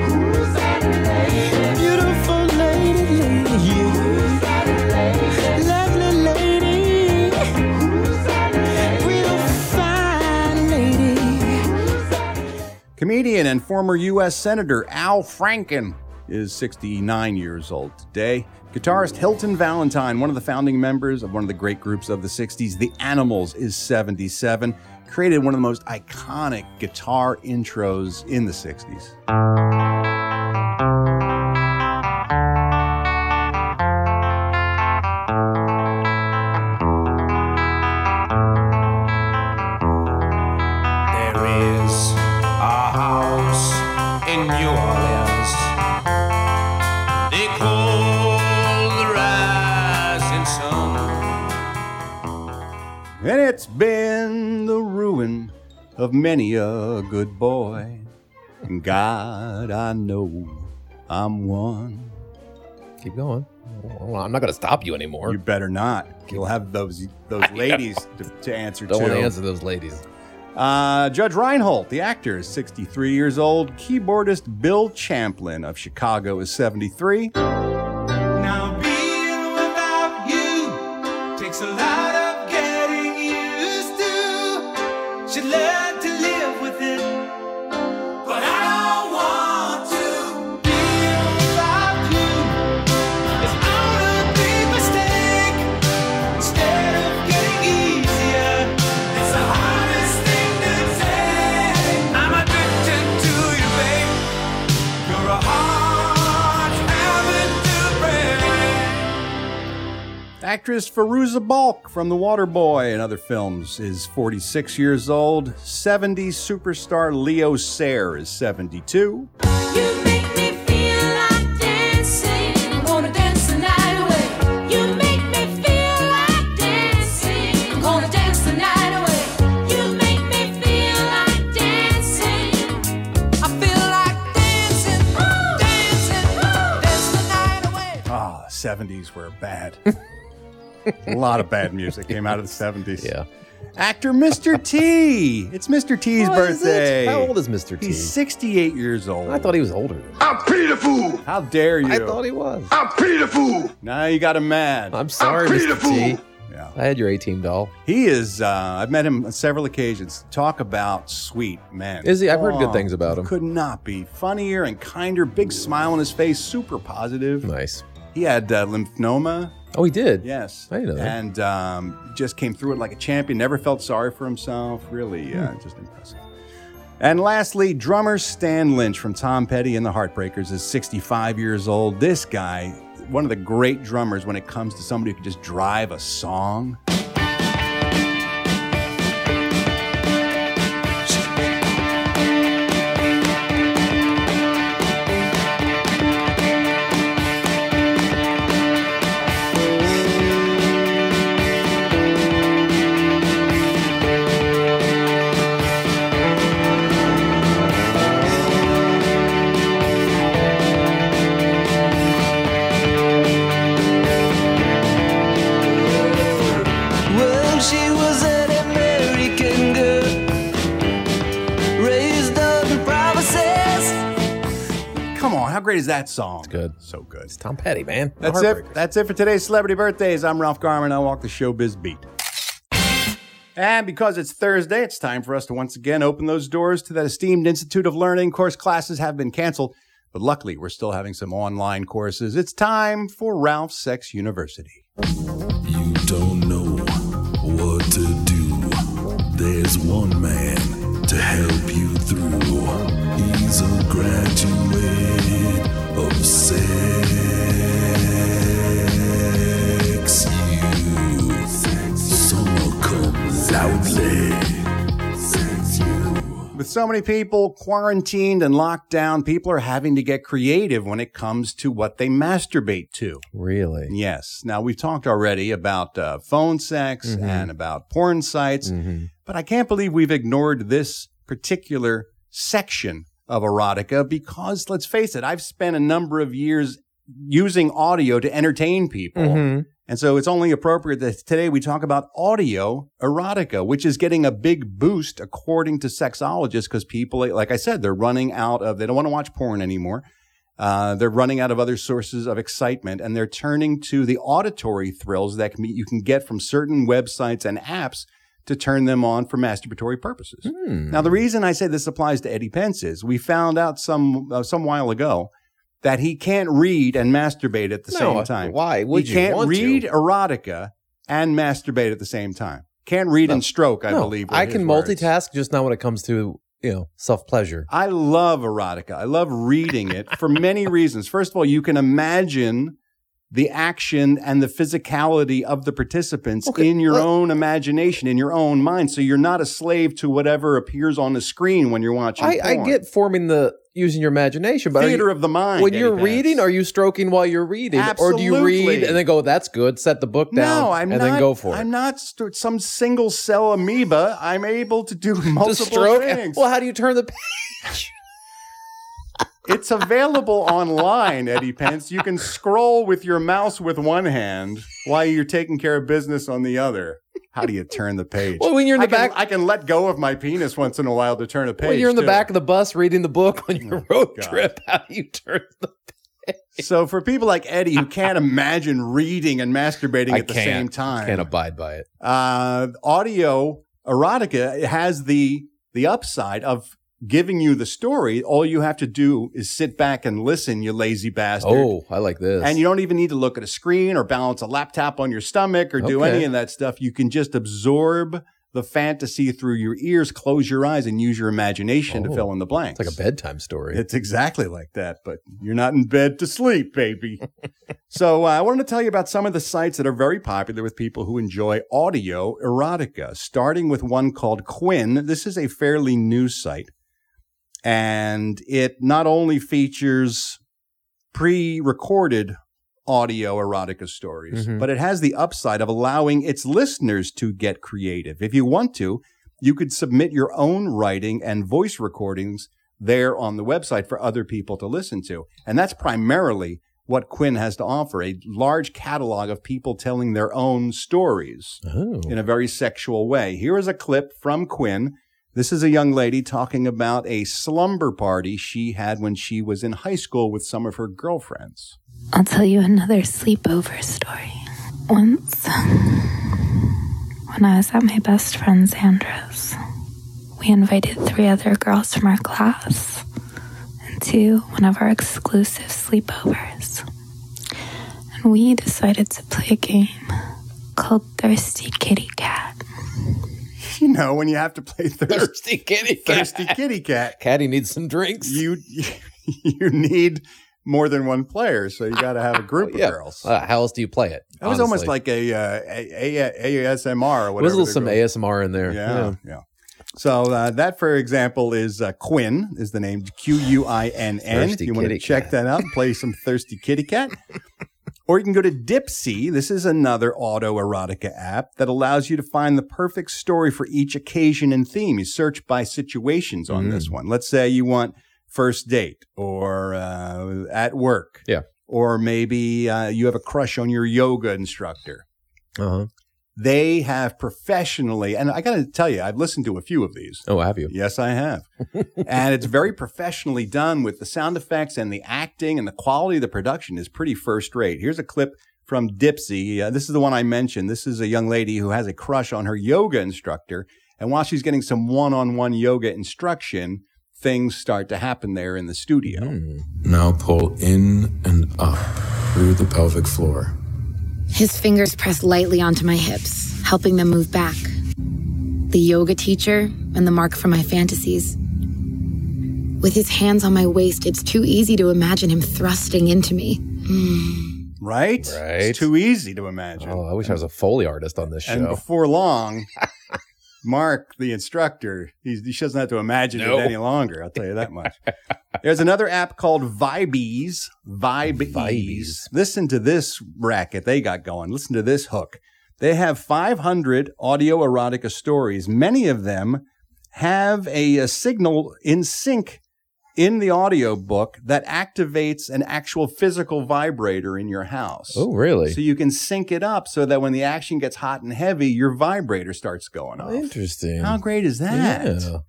S4: Who's that lady? Beautiful lady, lady. Who's that lady? Lovely lady. Who's that lady? Real fine lady.
S2: Comedian and former U.S. Senator Al Franken is 69 years old today. Guitarist Hilton Valentine, one of the founding members of one of the great groups of the 60s, The Animals, is 77. Created one of the most iconic guitar intros in the 60s.
S4: There is a house in New Orleans. They call the rising sun.
S2: And it's been the ruin of many a good boy. And God, I know I'm one.
S3: Keep going. Well, I'm not going to stop you anymore.
S2: You better not. You'll have those those ladies to, to answer
S3: Don't
S2: to.
S3: want to answer those ladies.
S2: Uh, Judge Reinhold, the actor, is 63 years old. Keyboardist Bill Champlin of Chicago is 73.
S4: Now being without you takes a lot of getting used to. Should learn to live with it, but I don't want to. Being without you is only a big mistake. Instead of getting easier, it's the hardest thing to take. I'm addicted to you, babe. You're a hard habit to break.
S2: Actress Feruza Balk from The Waterboy and other films is 46 years old. 70s superstar Leo Sayer is 72. Ah, 70s were bad. A lot of bad music came out of the 70s. Yeah. Actor Mr. T. It's Mr. T's
S3: What is it?
S2: birthday.
S3: How old is Mr. T?
S2: He's 68 years old.
S3: I thought he was older. Than
S2: I'm Peter the Fool. How dare you?
S3: I thought he was.
S2: I'm Peter the Fool. Now you got him mad.
S3: I'm sorry, Mr. T.
S2: Yeah.
S3: I had your A team doll.
S2: He is. Uh, I've met him on several occasions. Talk about sweet man.
S3: Is he? I've heard good things about him.
S2: Could not be funnier and kinder. Big smile on his face. Super positive.
S3: Nice.
S2: He had uh, lymphoma.
S3: Oh, he did.
S2: Yes.
S3: I didn't know that.
S2: And um, just came through it like a champion. Never felt sorry for himself. Really, uh, just impressive. And lastly, drummer Stan Lynch from Tom Petty and the Heartbreakers is 65 years old. This guy, one of the great drummers when it comes to somebody who can just drive a song.
S4: Well, she was an American girl, raised on promises.
S2: Come on, how great is that song? It's
S3: good.
S2: So good. It's
S3: Tom Petty, man.
S2: That's it. That's it for today's celebrity birthdays. I'm Ralph Garman. I walk the showbiz beat. And because it's Thursday, it's time for us to once again open those doors to that esteemed Institute of Learning. Course classes have been canceled, but luckily we're still having some online courses. It's time for Ralph Sex University.
S15: Don't know what to do. There's one man to help you through. He's a graduate of sex. You summer come loudly. Sex you.
S2: With so many people quarantined and locked down, people are having to get creative when it comes to what they masturbate to.
S3: Really?
S2: Yes. Now, we've talked already about uh, phone sex
S3: Mhm.
S2: and about porn sites,
S3: Mm-hmm.
S2: but I can't believe we've ignored this particular section of erotica because, let's face it, I've spent a number of years using audio to entertain people.
S3: Mhm.
S2: And so it's only appropriate that today we talk about audio erotica, which is getting a big boost according to sexologists because people, like I said, they're running out of, they don't want to watch porn anymore. Uh, they're running out of other sources of excitement and they're turning to the auditory thrills that can be, you can get from certain websites and apps to turn them on for masturbatory
S3: Hmm.
S2: purposes.
S3: Mm-hmm.
S2: Now, the reason I say this applies to Eddie Pence is we found out some uh, some while ago that he can't read and masturbate at the
S3: No,
S2: same time.
S3: why would
S2: he
S3: you
S2: can't
S3: want to?
S2: read erotica and masturbate at the same time? Can't read and stroke, I
S3: No,
S2: believe. were
S3: I
S2: his
S3: can
S2: words.
S3: multitask, just not when it comes to you know self pleasure.
S2: I love erotica. I love reading it for many reasons. First of all, you can imagine the action and the physicality of the participants in your own imagination, in your own mind. So you're not a slave to whatever appears on the screen when you're watching.
S3: I, I
S2: porn.
S3: get forming the using your imagination, but are
S2: Theater
S3: you-
S2: of the mind,
S3: When
S2: Eddie
S3: you're
S2: Pence.
S3: reading, are you stroking while you're reading, or do you read
S2: Absolutely.
S3: and then go, "That's good," set the book down,
S2: No, I'm
S3: and
S2: not.
S3: then go for it.
S2: I'm not st- some single cell amoeba. I'm able to do multiple
S3: stroke?
S2: things.
S3: Well, how do you turn the page?
S2: it's available online, Eddie Pence. You can scroll with your mouse with one hand while you're taking care of business on the other. How do you turn the page?
S3: Well, when you're in
S2: I
S3: the
S2: can-
S3: back-
S2: I can let go of my penis once in a while to turn a page.
S3: when you're in the
S2: too.
S3: back of the bus reading the book on your road trip, how do you turn the
S2: So for people like Eddie who can't imagine reading and masturbating
S3: I
S2: at the
S3: can't.
S2: same time,
S3: Can't abide by it.
S2: uh, audio erotica it has the the upside of giving you the story. All you have to do is sit back and listen, you lazy bastard.
S3: Oh, I like this.
S2: And you don't even need to look at a screen or balance a laptop on your stomach or do
S3: Okay.
S2: any of that stuff. You can just absorb the fantasy through your ears, close your eyes, and use your imagination to
S3: Oh.
S2: fill in the blanks.
S3: it's like a bedtime story.
S2: It's exactly like that, but you're not in bed to sleep, baby. so uh, I wanted to tell you about some of the sites that are very popular with people who enjoy audio erotica, starting with one called Quinn. This is a fairly new site, and it not only features pre recorded audio erotica stories,
S3: Mhm.
S2: but it has the upside of allowing its listeners to get creative. If you want to, you could submit your own writing and voice recordings there on the website for other people to listen to. And that's primarily what Quinn has to offer a large catalog of people telling their own stories
S3: Oh.
S2: in a very sexual way. Here is a clip from Quinn. This is a young lady talking about a slumber party she had when she was in high school with some of her girlfriends.
S16: I'll tell you another sleepover story. Once, when I was at my best friend Sandra's, we invited three other girls from our class to one of our exclusive sleepovers. And we decided to play a game called Thirsty Kitty Cat.
S2: You know, when you have to play thirsty,
S3: Thirsty kitty cat.
S2: thirsty kitty cat,
S3: Caddy needs some drinks.
S2: You you need more than one player, so you got to have a group of
S3: yeah.
S2: girls.
S3: Uh, how else do you play it?
S2: That was almost
S3: honestly?
S2: like a, uh, a, a, a ASMR or
S3: There was
S2: whatever.
S3: a little
S2: they're
S3: some
S2: called.
S3: ASMR in there.
S2: Yeah, yeah. So uh, that, for example, is uh, Quinn is the name Q U I N N. If
S3: Thirsty
S2: you want to
S3: kitty
S2: check that out, play some thirsty kitty cat. Or you can go to Dipsy. This is another auto erotica app that allows you to find the perfect story for each occasion and theme. You search by situations on this
S3: Mm.
S2: one. Let's say you want first date or uh, at work.
S3: Yeah.
S2: Or maybe uh, you have a crush on your yoga instructor.
S3: Uh-huh.
S2: They have professionally, and I got to tell you, I've listened to a few of these.
S3: Oh, have you?
S2: Yes, I have. and it's very professionally done with the sound effects and the acting and the quality of the production is pretty first rate. Here's a clip from Dipsy. Uh, this is the one I mentioned. This is a young lady who has a crush on her yoga instructor. And while she's getting some one on one yoga instruction, things start to happen there in the studio.
S17: Now pull in and up through the pelvic floor.
S18: His fingers pressed lightly onto my hips, helping them move back. The yoga teacher and the mark for my fantasies. With his hands on my waist, it's too easy to imagine him thrusting into me. Mm.
S2: Right? Right. It's too easy to imagine.
S3: Oh, I wish I was a Foley artist on this
S2: And
S3: show.
S2: before long, Mark, the instructor, he's, he doesn't have to imagine
S3: No.
S2: it any longer. I'll tell you that much. There's another app called Vibes. Vibes. Listen to this racket they got going. Listen to this hook. They have 500 audio erotica stories. Many of them have a, a signal in sync in the audio book that activates an actual physical vibrator in your house.
S3: Oh, really?
S2: So you can sync it up so that when the action gets hot and heavy, your vibrator starts going off.
S3: Interesting.
S2: How great is that?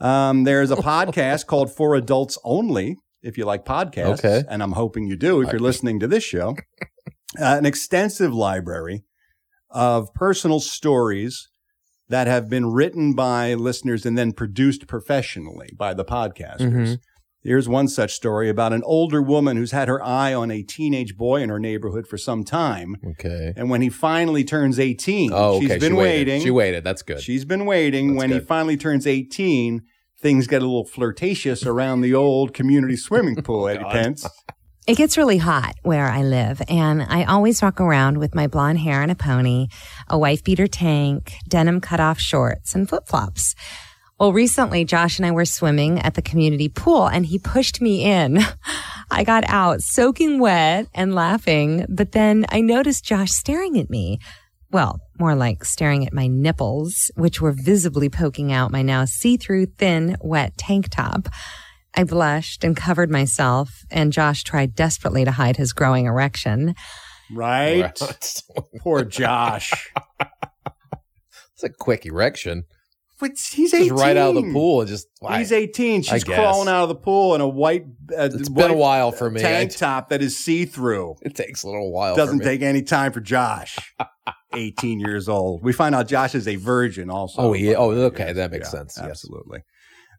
S2: Um, there's a podcast called For Adults Only, if you like podcasts.
S3: Okay.
S2: And I'm hoping you do if you're listening to this show. Uh, an extensive library of personal stories that have been written by listeners and then produced professionally by the podcasters.
S3: Mhm.
S2: Here's one such story about an older woman who's had her eye on a teenage boy in her neighborhood for some time.
S3: Okay.
S2: And when he finally turns 18,
S3: Oh, okay.
S2: she's been
S3: she waited.
S2: waiting.
S3: She waited. That's good.
S2: She's been waiting. when he finally turns 18, things get a little flirtatious around the old community
S3: Oh,
S2: swimming pool, Eddie Pence.
S19: It gets really hot where I live, and I always walk around with my blonde hair and a pony, a wife beater tank, denim cutoff shorts, and flip flops. Well, Oh, recently, Josh and I were swimming at the community pool, and he pushed me in. I got out soaking wet and laughing, but then I noticed Josh staring at me. Well, more like staring at my nipples, which were visibly poking out my now see through, thin, wet tank top. I blushed and covered myself, and Josh tried desperately to hide his growing erection.
S2: Right? Poor Josh.
S3: It's a quick erection.
S2: But he's
S3: Just
S2: 18.
S3: right out of the pool. and Just
S2: He's 18.
S3: I
S2: She's
S3: guess.
S2: crawling out of the pool in a white. Uh,
S3: It's been a while for me.
S2: Tank
S3: I-
S2: top that is see through.
S3: It takes a little while. for
S2: Doesn't
S3: me.
S2: take any time for Josh. 18 years old. We find out Josh is a virgin also.
S3: Oh, he. Oh, okay. that makes sense. Yes.
S2: Absolutely.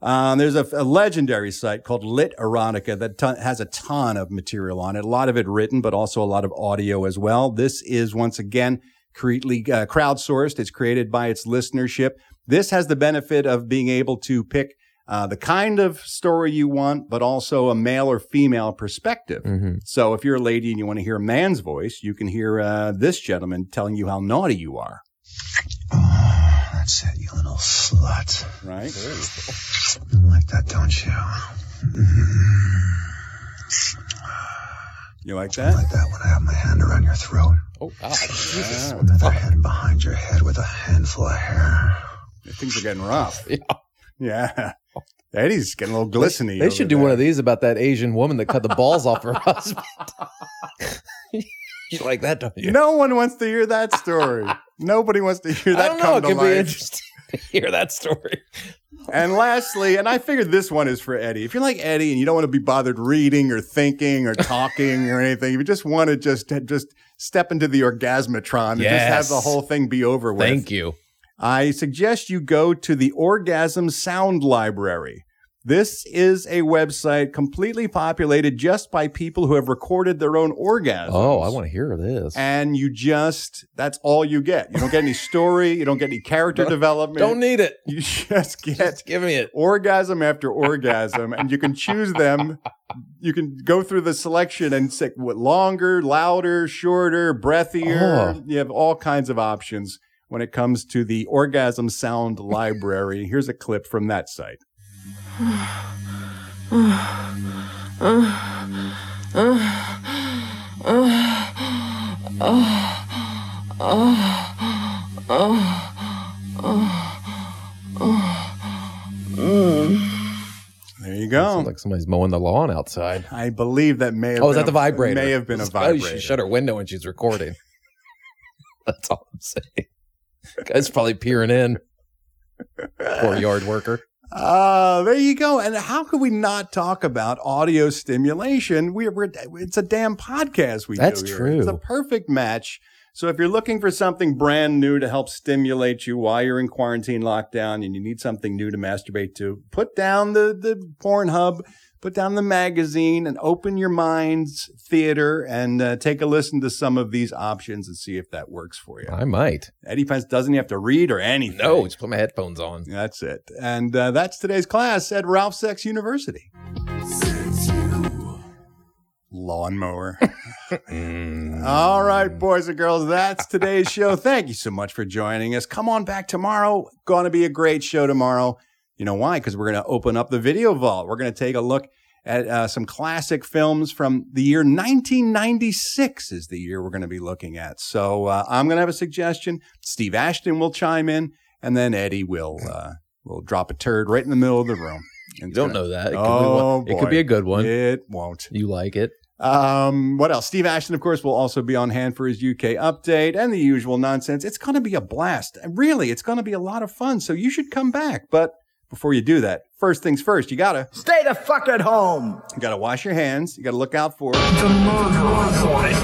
S2: Um, there's a, a legendary site called Lit Erotica that ton, has a ton of material on it. A lot of it written, but also a lot of audio as well. This is once again creatly uh, crowdsourced. It's created by its listenership. This has the benefit of being able to pick uh, the kind of story you want, but also a male or female perspective.
S3: Mm-hmm.
S2: So if you're a lady and you want to hear a man's voice, you can hear uh, this gentleman telling you how naughty you are.
S20: That's it, you little slut.
S2: Right.
S20: You like that, don't you?
S2: You like that? I like
S20: that when I have my hand around your throat.
S3: Oh, God. Jesus.
S20: Another hand behind your head with a handful of hair.
S2: Things are getting rough. yeah. Yeah. Eddie's getting a little glisteny.
S3: They should do one of these about that Asian woman that cut the balls off her husband. you like that, don't you?
S2: No one wants to hear that story. Nobody wants to hear that
S3: I don't know.
S2: come
S3: It
S2: to
S3: could
S2: life.
S3: be interesting to hear that story.
S2: And lastly, and I figured this one is for Eddie. If you're like Eddie and you don't want to be bothered reading or thinking or talking or anything, if you just want to just just step into the orgasmatron and just have the
S3: Yes.
S2: whole thing be over with.
S3: Thank you.
S2: I suggest you go to the Orgasm Sound Library. This is a website completely populated just by people who have recorded their own orgasms.
S3: Oh, I want to hear this.
S2: And you just, that's all you get. You don't get any story. You don't get any character development.
S3: Don't need it.
S2: You just get
S3: give me it.
S2: Orgasm after orgasm. and you can choose them. You can go through the selection and say what longer, louder, shorter, breathier.
S3: Oh.
S2: You have all kinds of options when it comes to the orgasm sound library. Here's a clip from that site. There you go.
S3: Sounds like somebody's mowing the lawn outside.
S2: I believe that may have
S3: Oh, is
S2: been
S3: that the
S2: a-
S3: vibrator?
S2: may have been a
S3: Probably
S2: vibrator.
S3: She shut her window when she's recording. That's all I'm saying. Guy's probably peering in. Poor yard worker.
S2: Uh, there you go. And how could we not talk about audio stimulation? We're, we're it's a damn podcast we
S3: That's
S2: do. here.
S3: true.
S2: It's a perfect match. So if you're looking for something brand new to help stimulate you while you're in quarantine lockdown and you need something new to masturbate to, put down the the Pornhub, put down the magazine, and open your mind's theater and uh, take a listen to some of these options and see if that works for you.
S3: I might.
S2: Eddie Pence doesn't have to read or anything.
S3: No, just put my headphones on.
S2: That's it. And uh, that's today's class at Ralph Sex University. lawnmower. Mm. All right, boys and girls, that's today's show. Thank you so much for joining us. Come on back tomorrow. Going to be a great show tomorrow. You know why? Because we're going to open up the video vault. We're going to take a look at uh, some classic films from the year 1996 is the year we're going to be looking at. So uh, I'm going to have a suggestion. Steve Ashton will chime in, and then Eddie will uh, will drop a turd right in the middle of the room. And "Oh,
S3: You don't know that. It could be one- it could be a good one.
S2: It won't.
S3: You like it.
S2: Um, what else? Steve Ashton, of course, will also be on hand for his UK update and the usual nonsense. It's going to be a blast. Really, it's going to be a lot of fun. So you should come back. But before you do that, first things first, you got to
S21: Stay the fuck at home.
S2: you got to wash your hands. You got to look out for
S21: The murder hornet.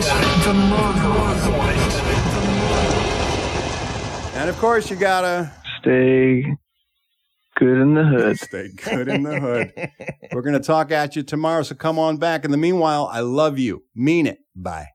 S21: The murder hornet.
S2: And of course, you got to
S11: Stay good in the hood.
S2: Stay good in the hood. We're going to talk at you tomorrow. So come on back. In the meanwhile, I love you. Mean it. Bye.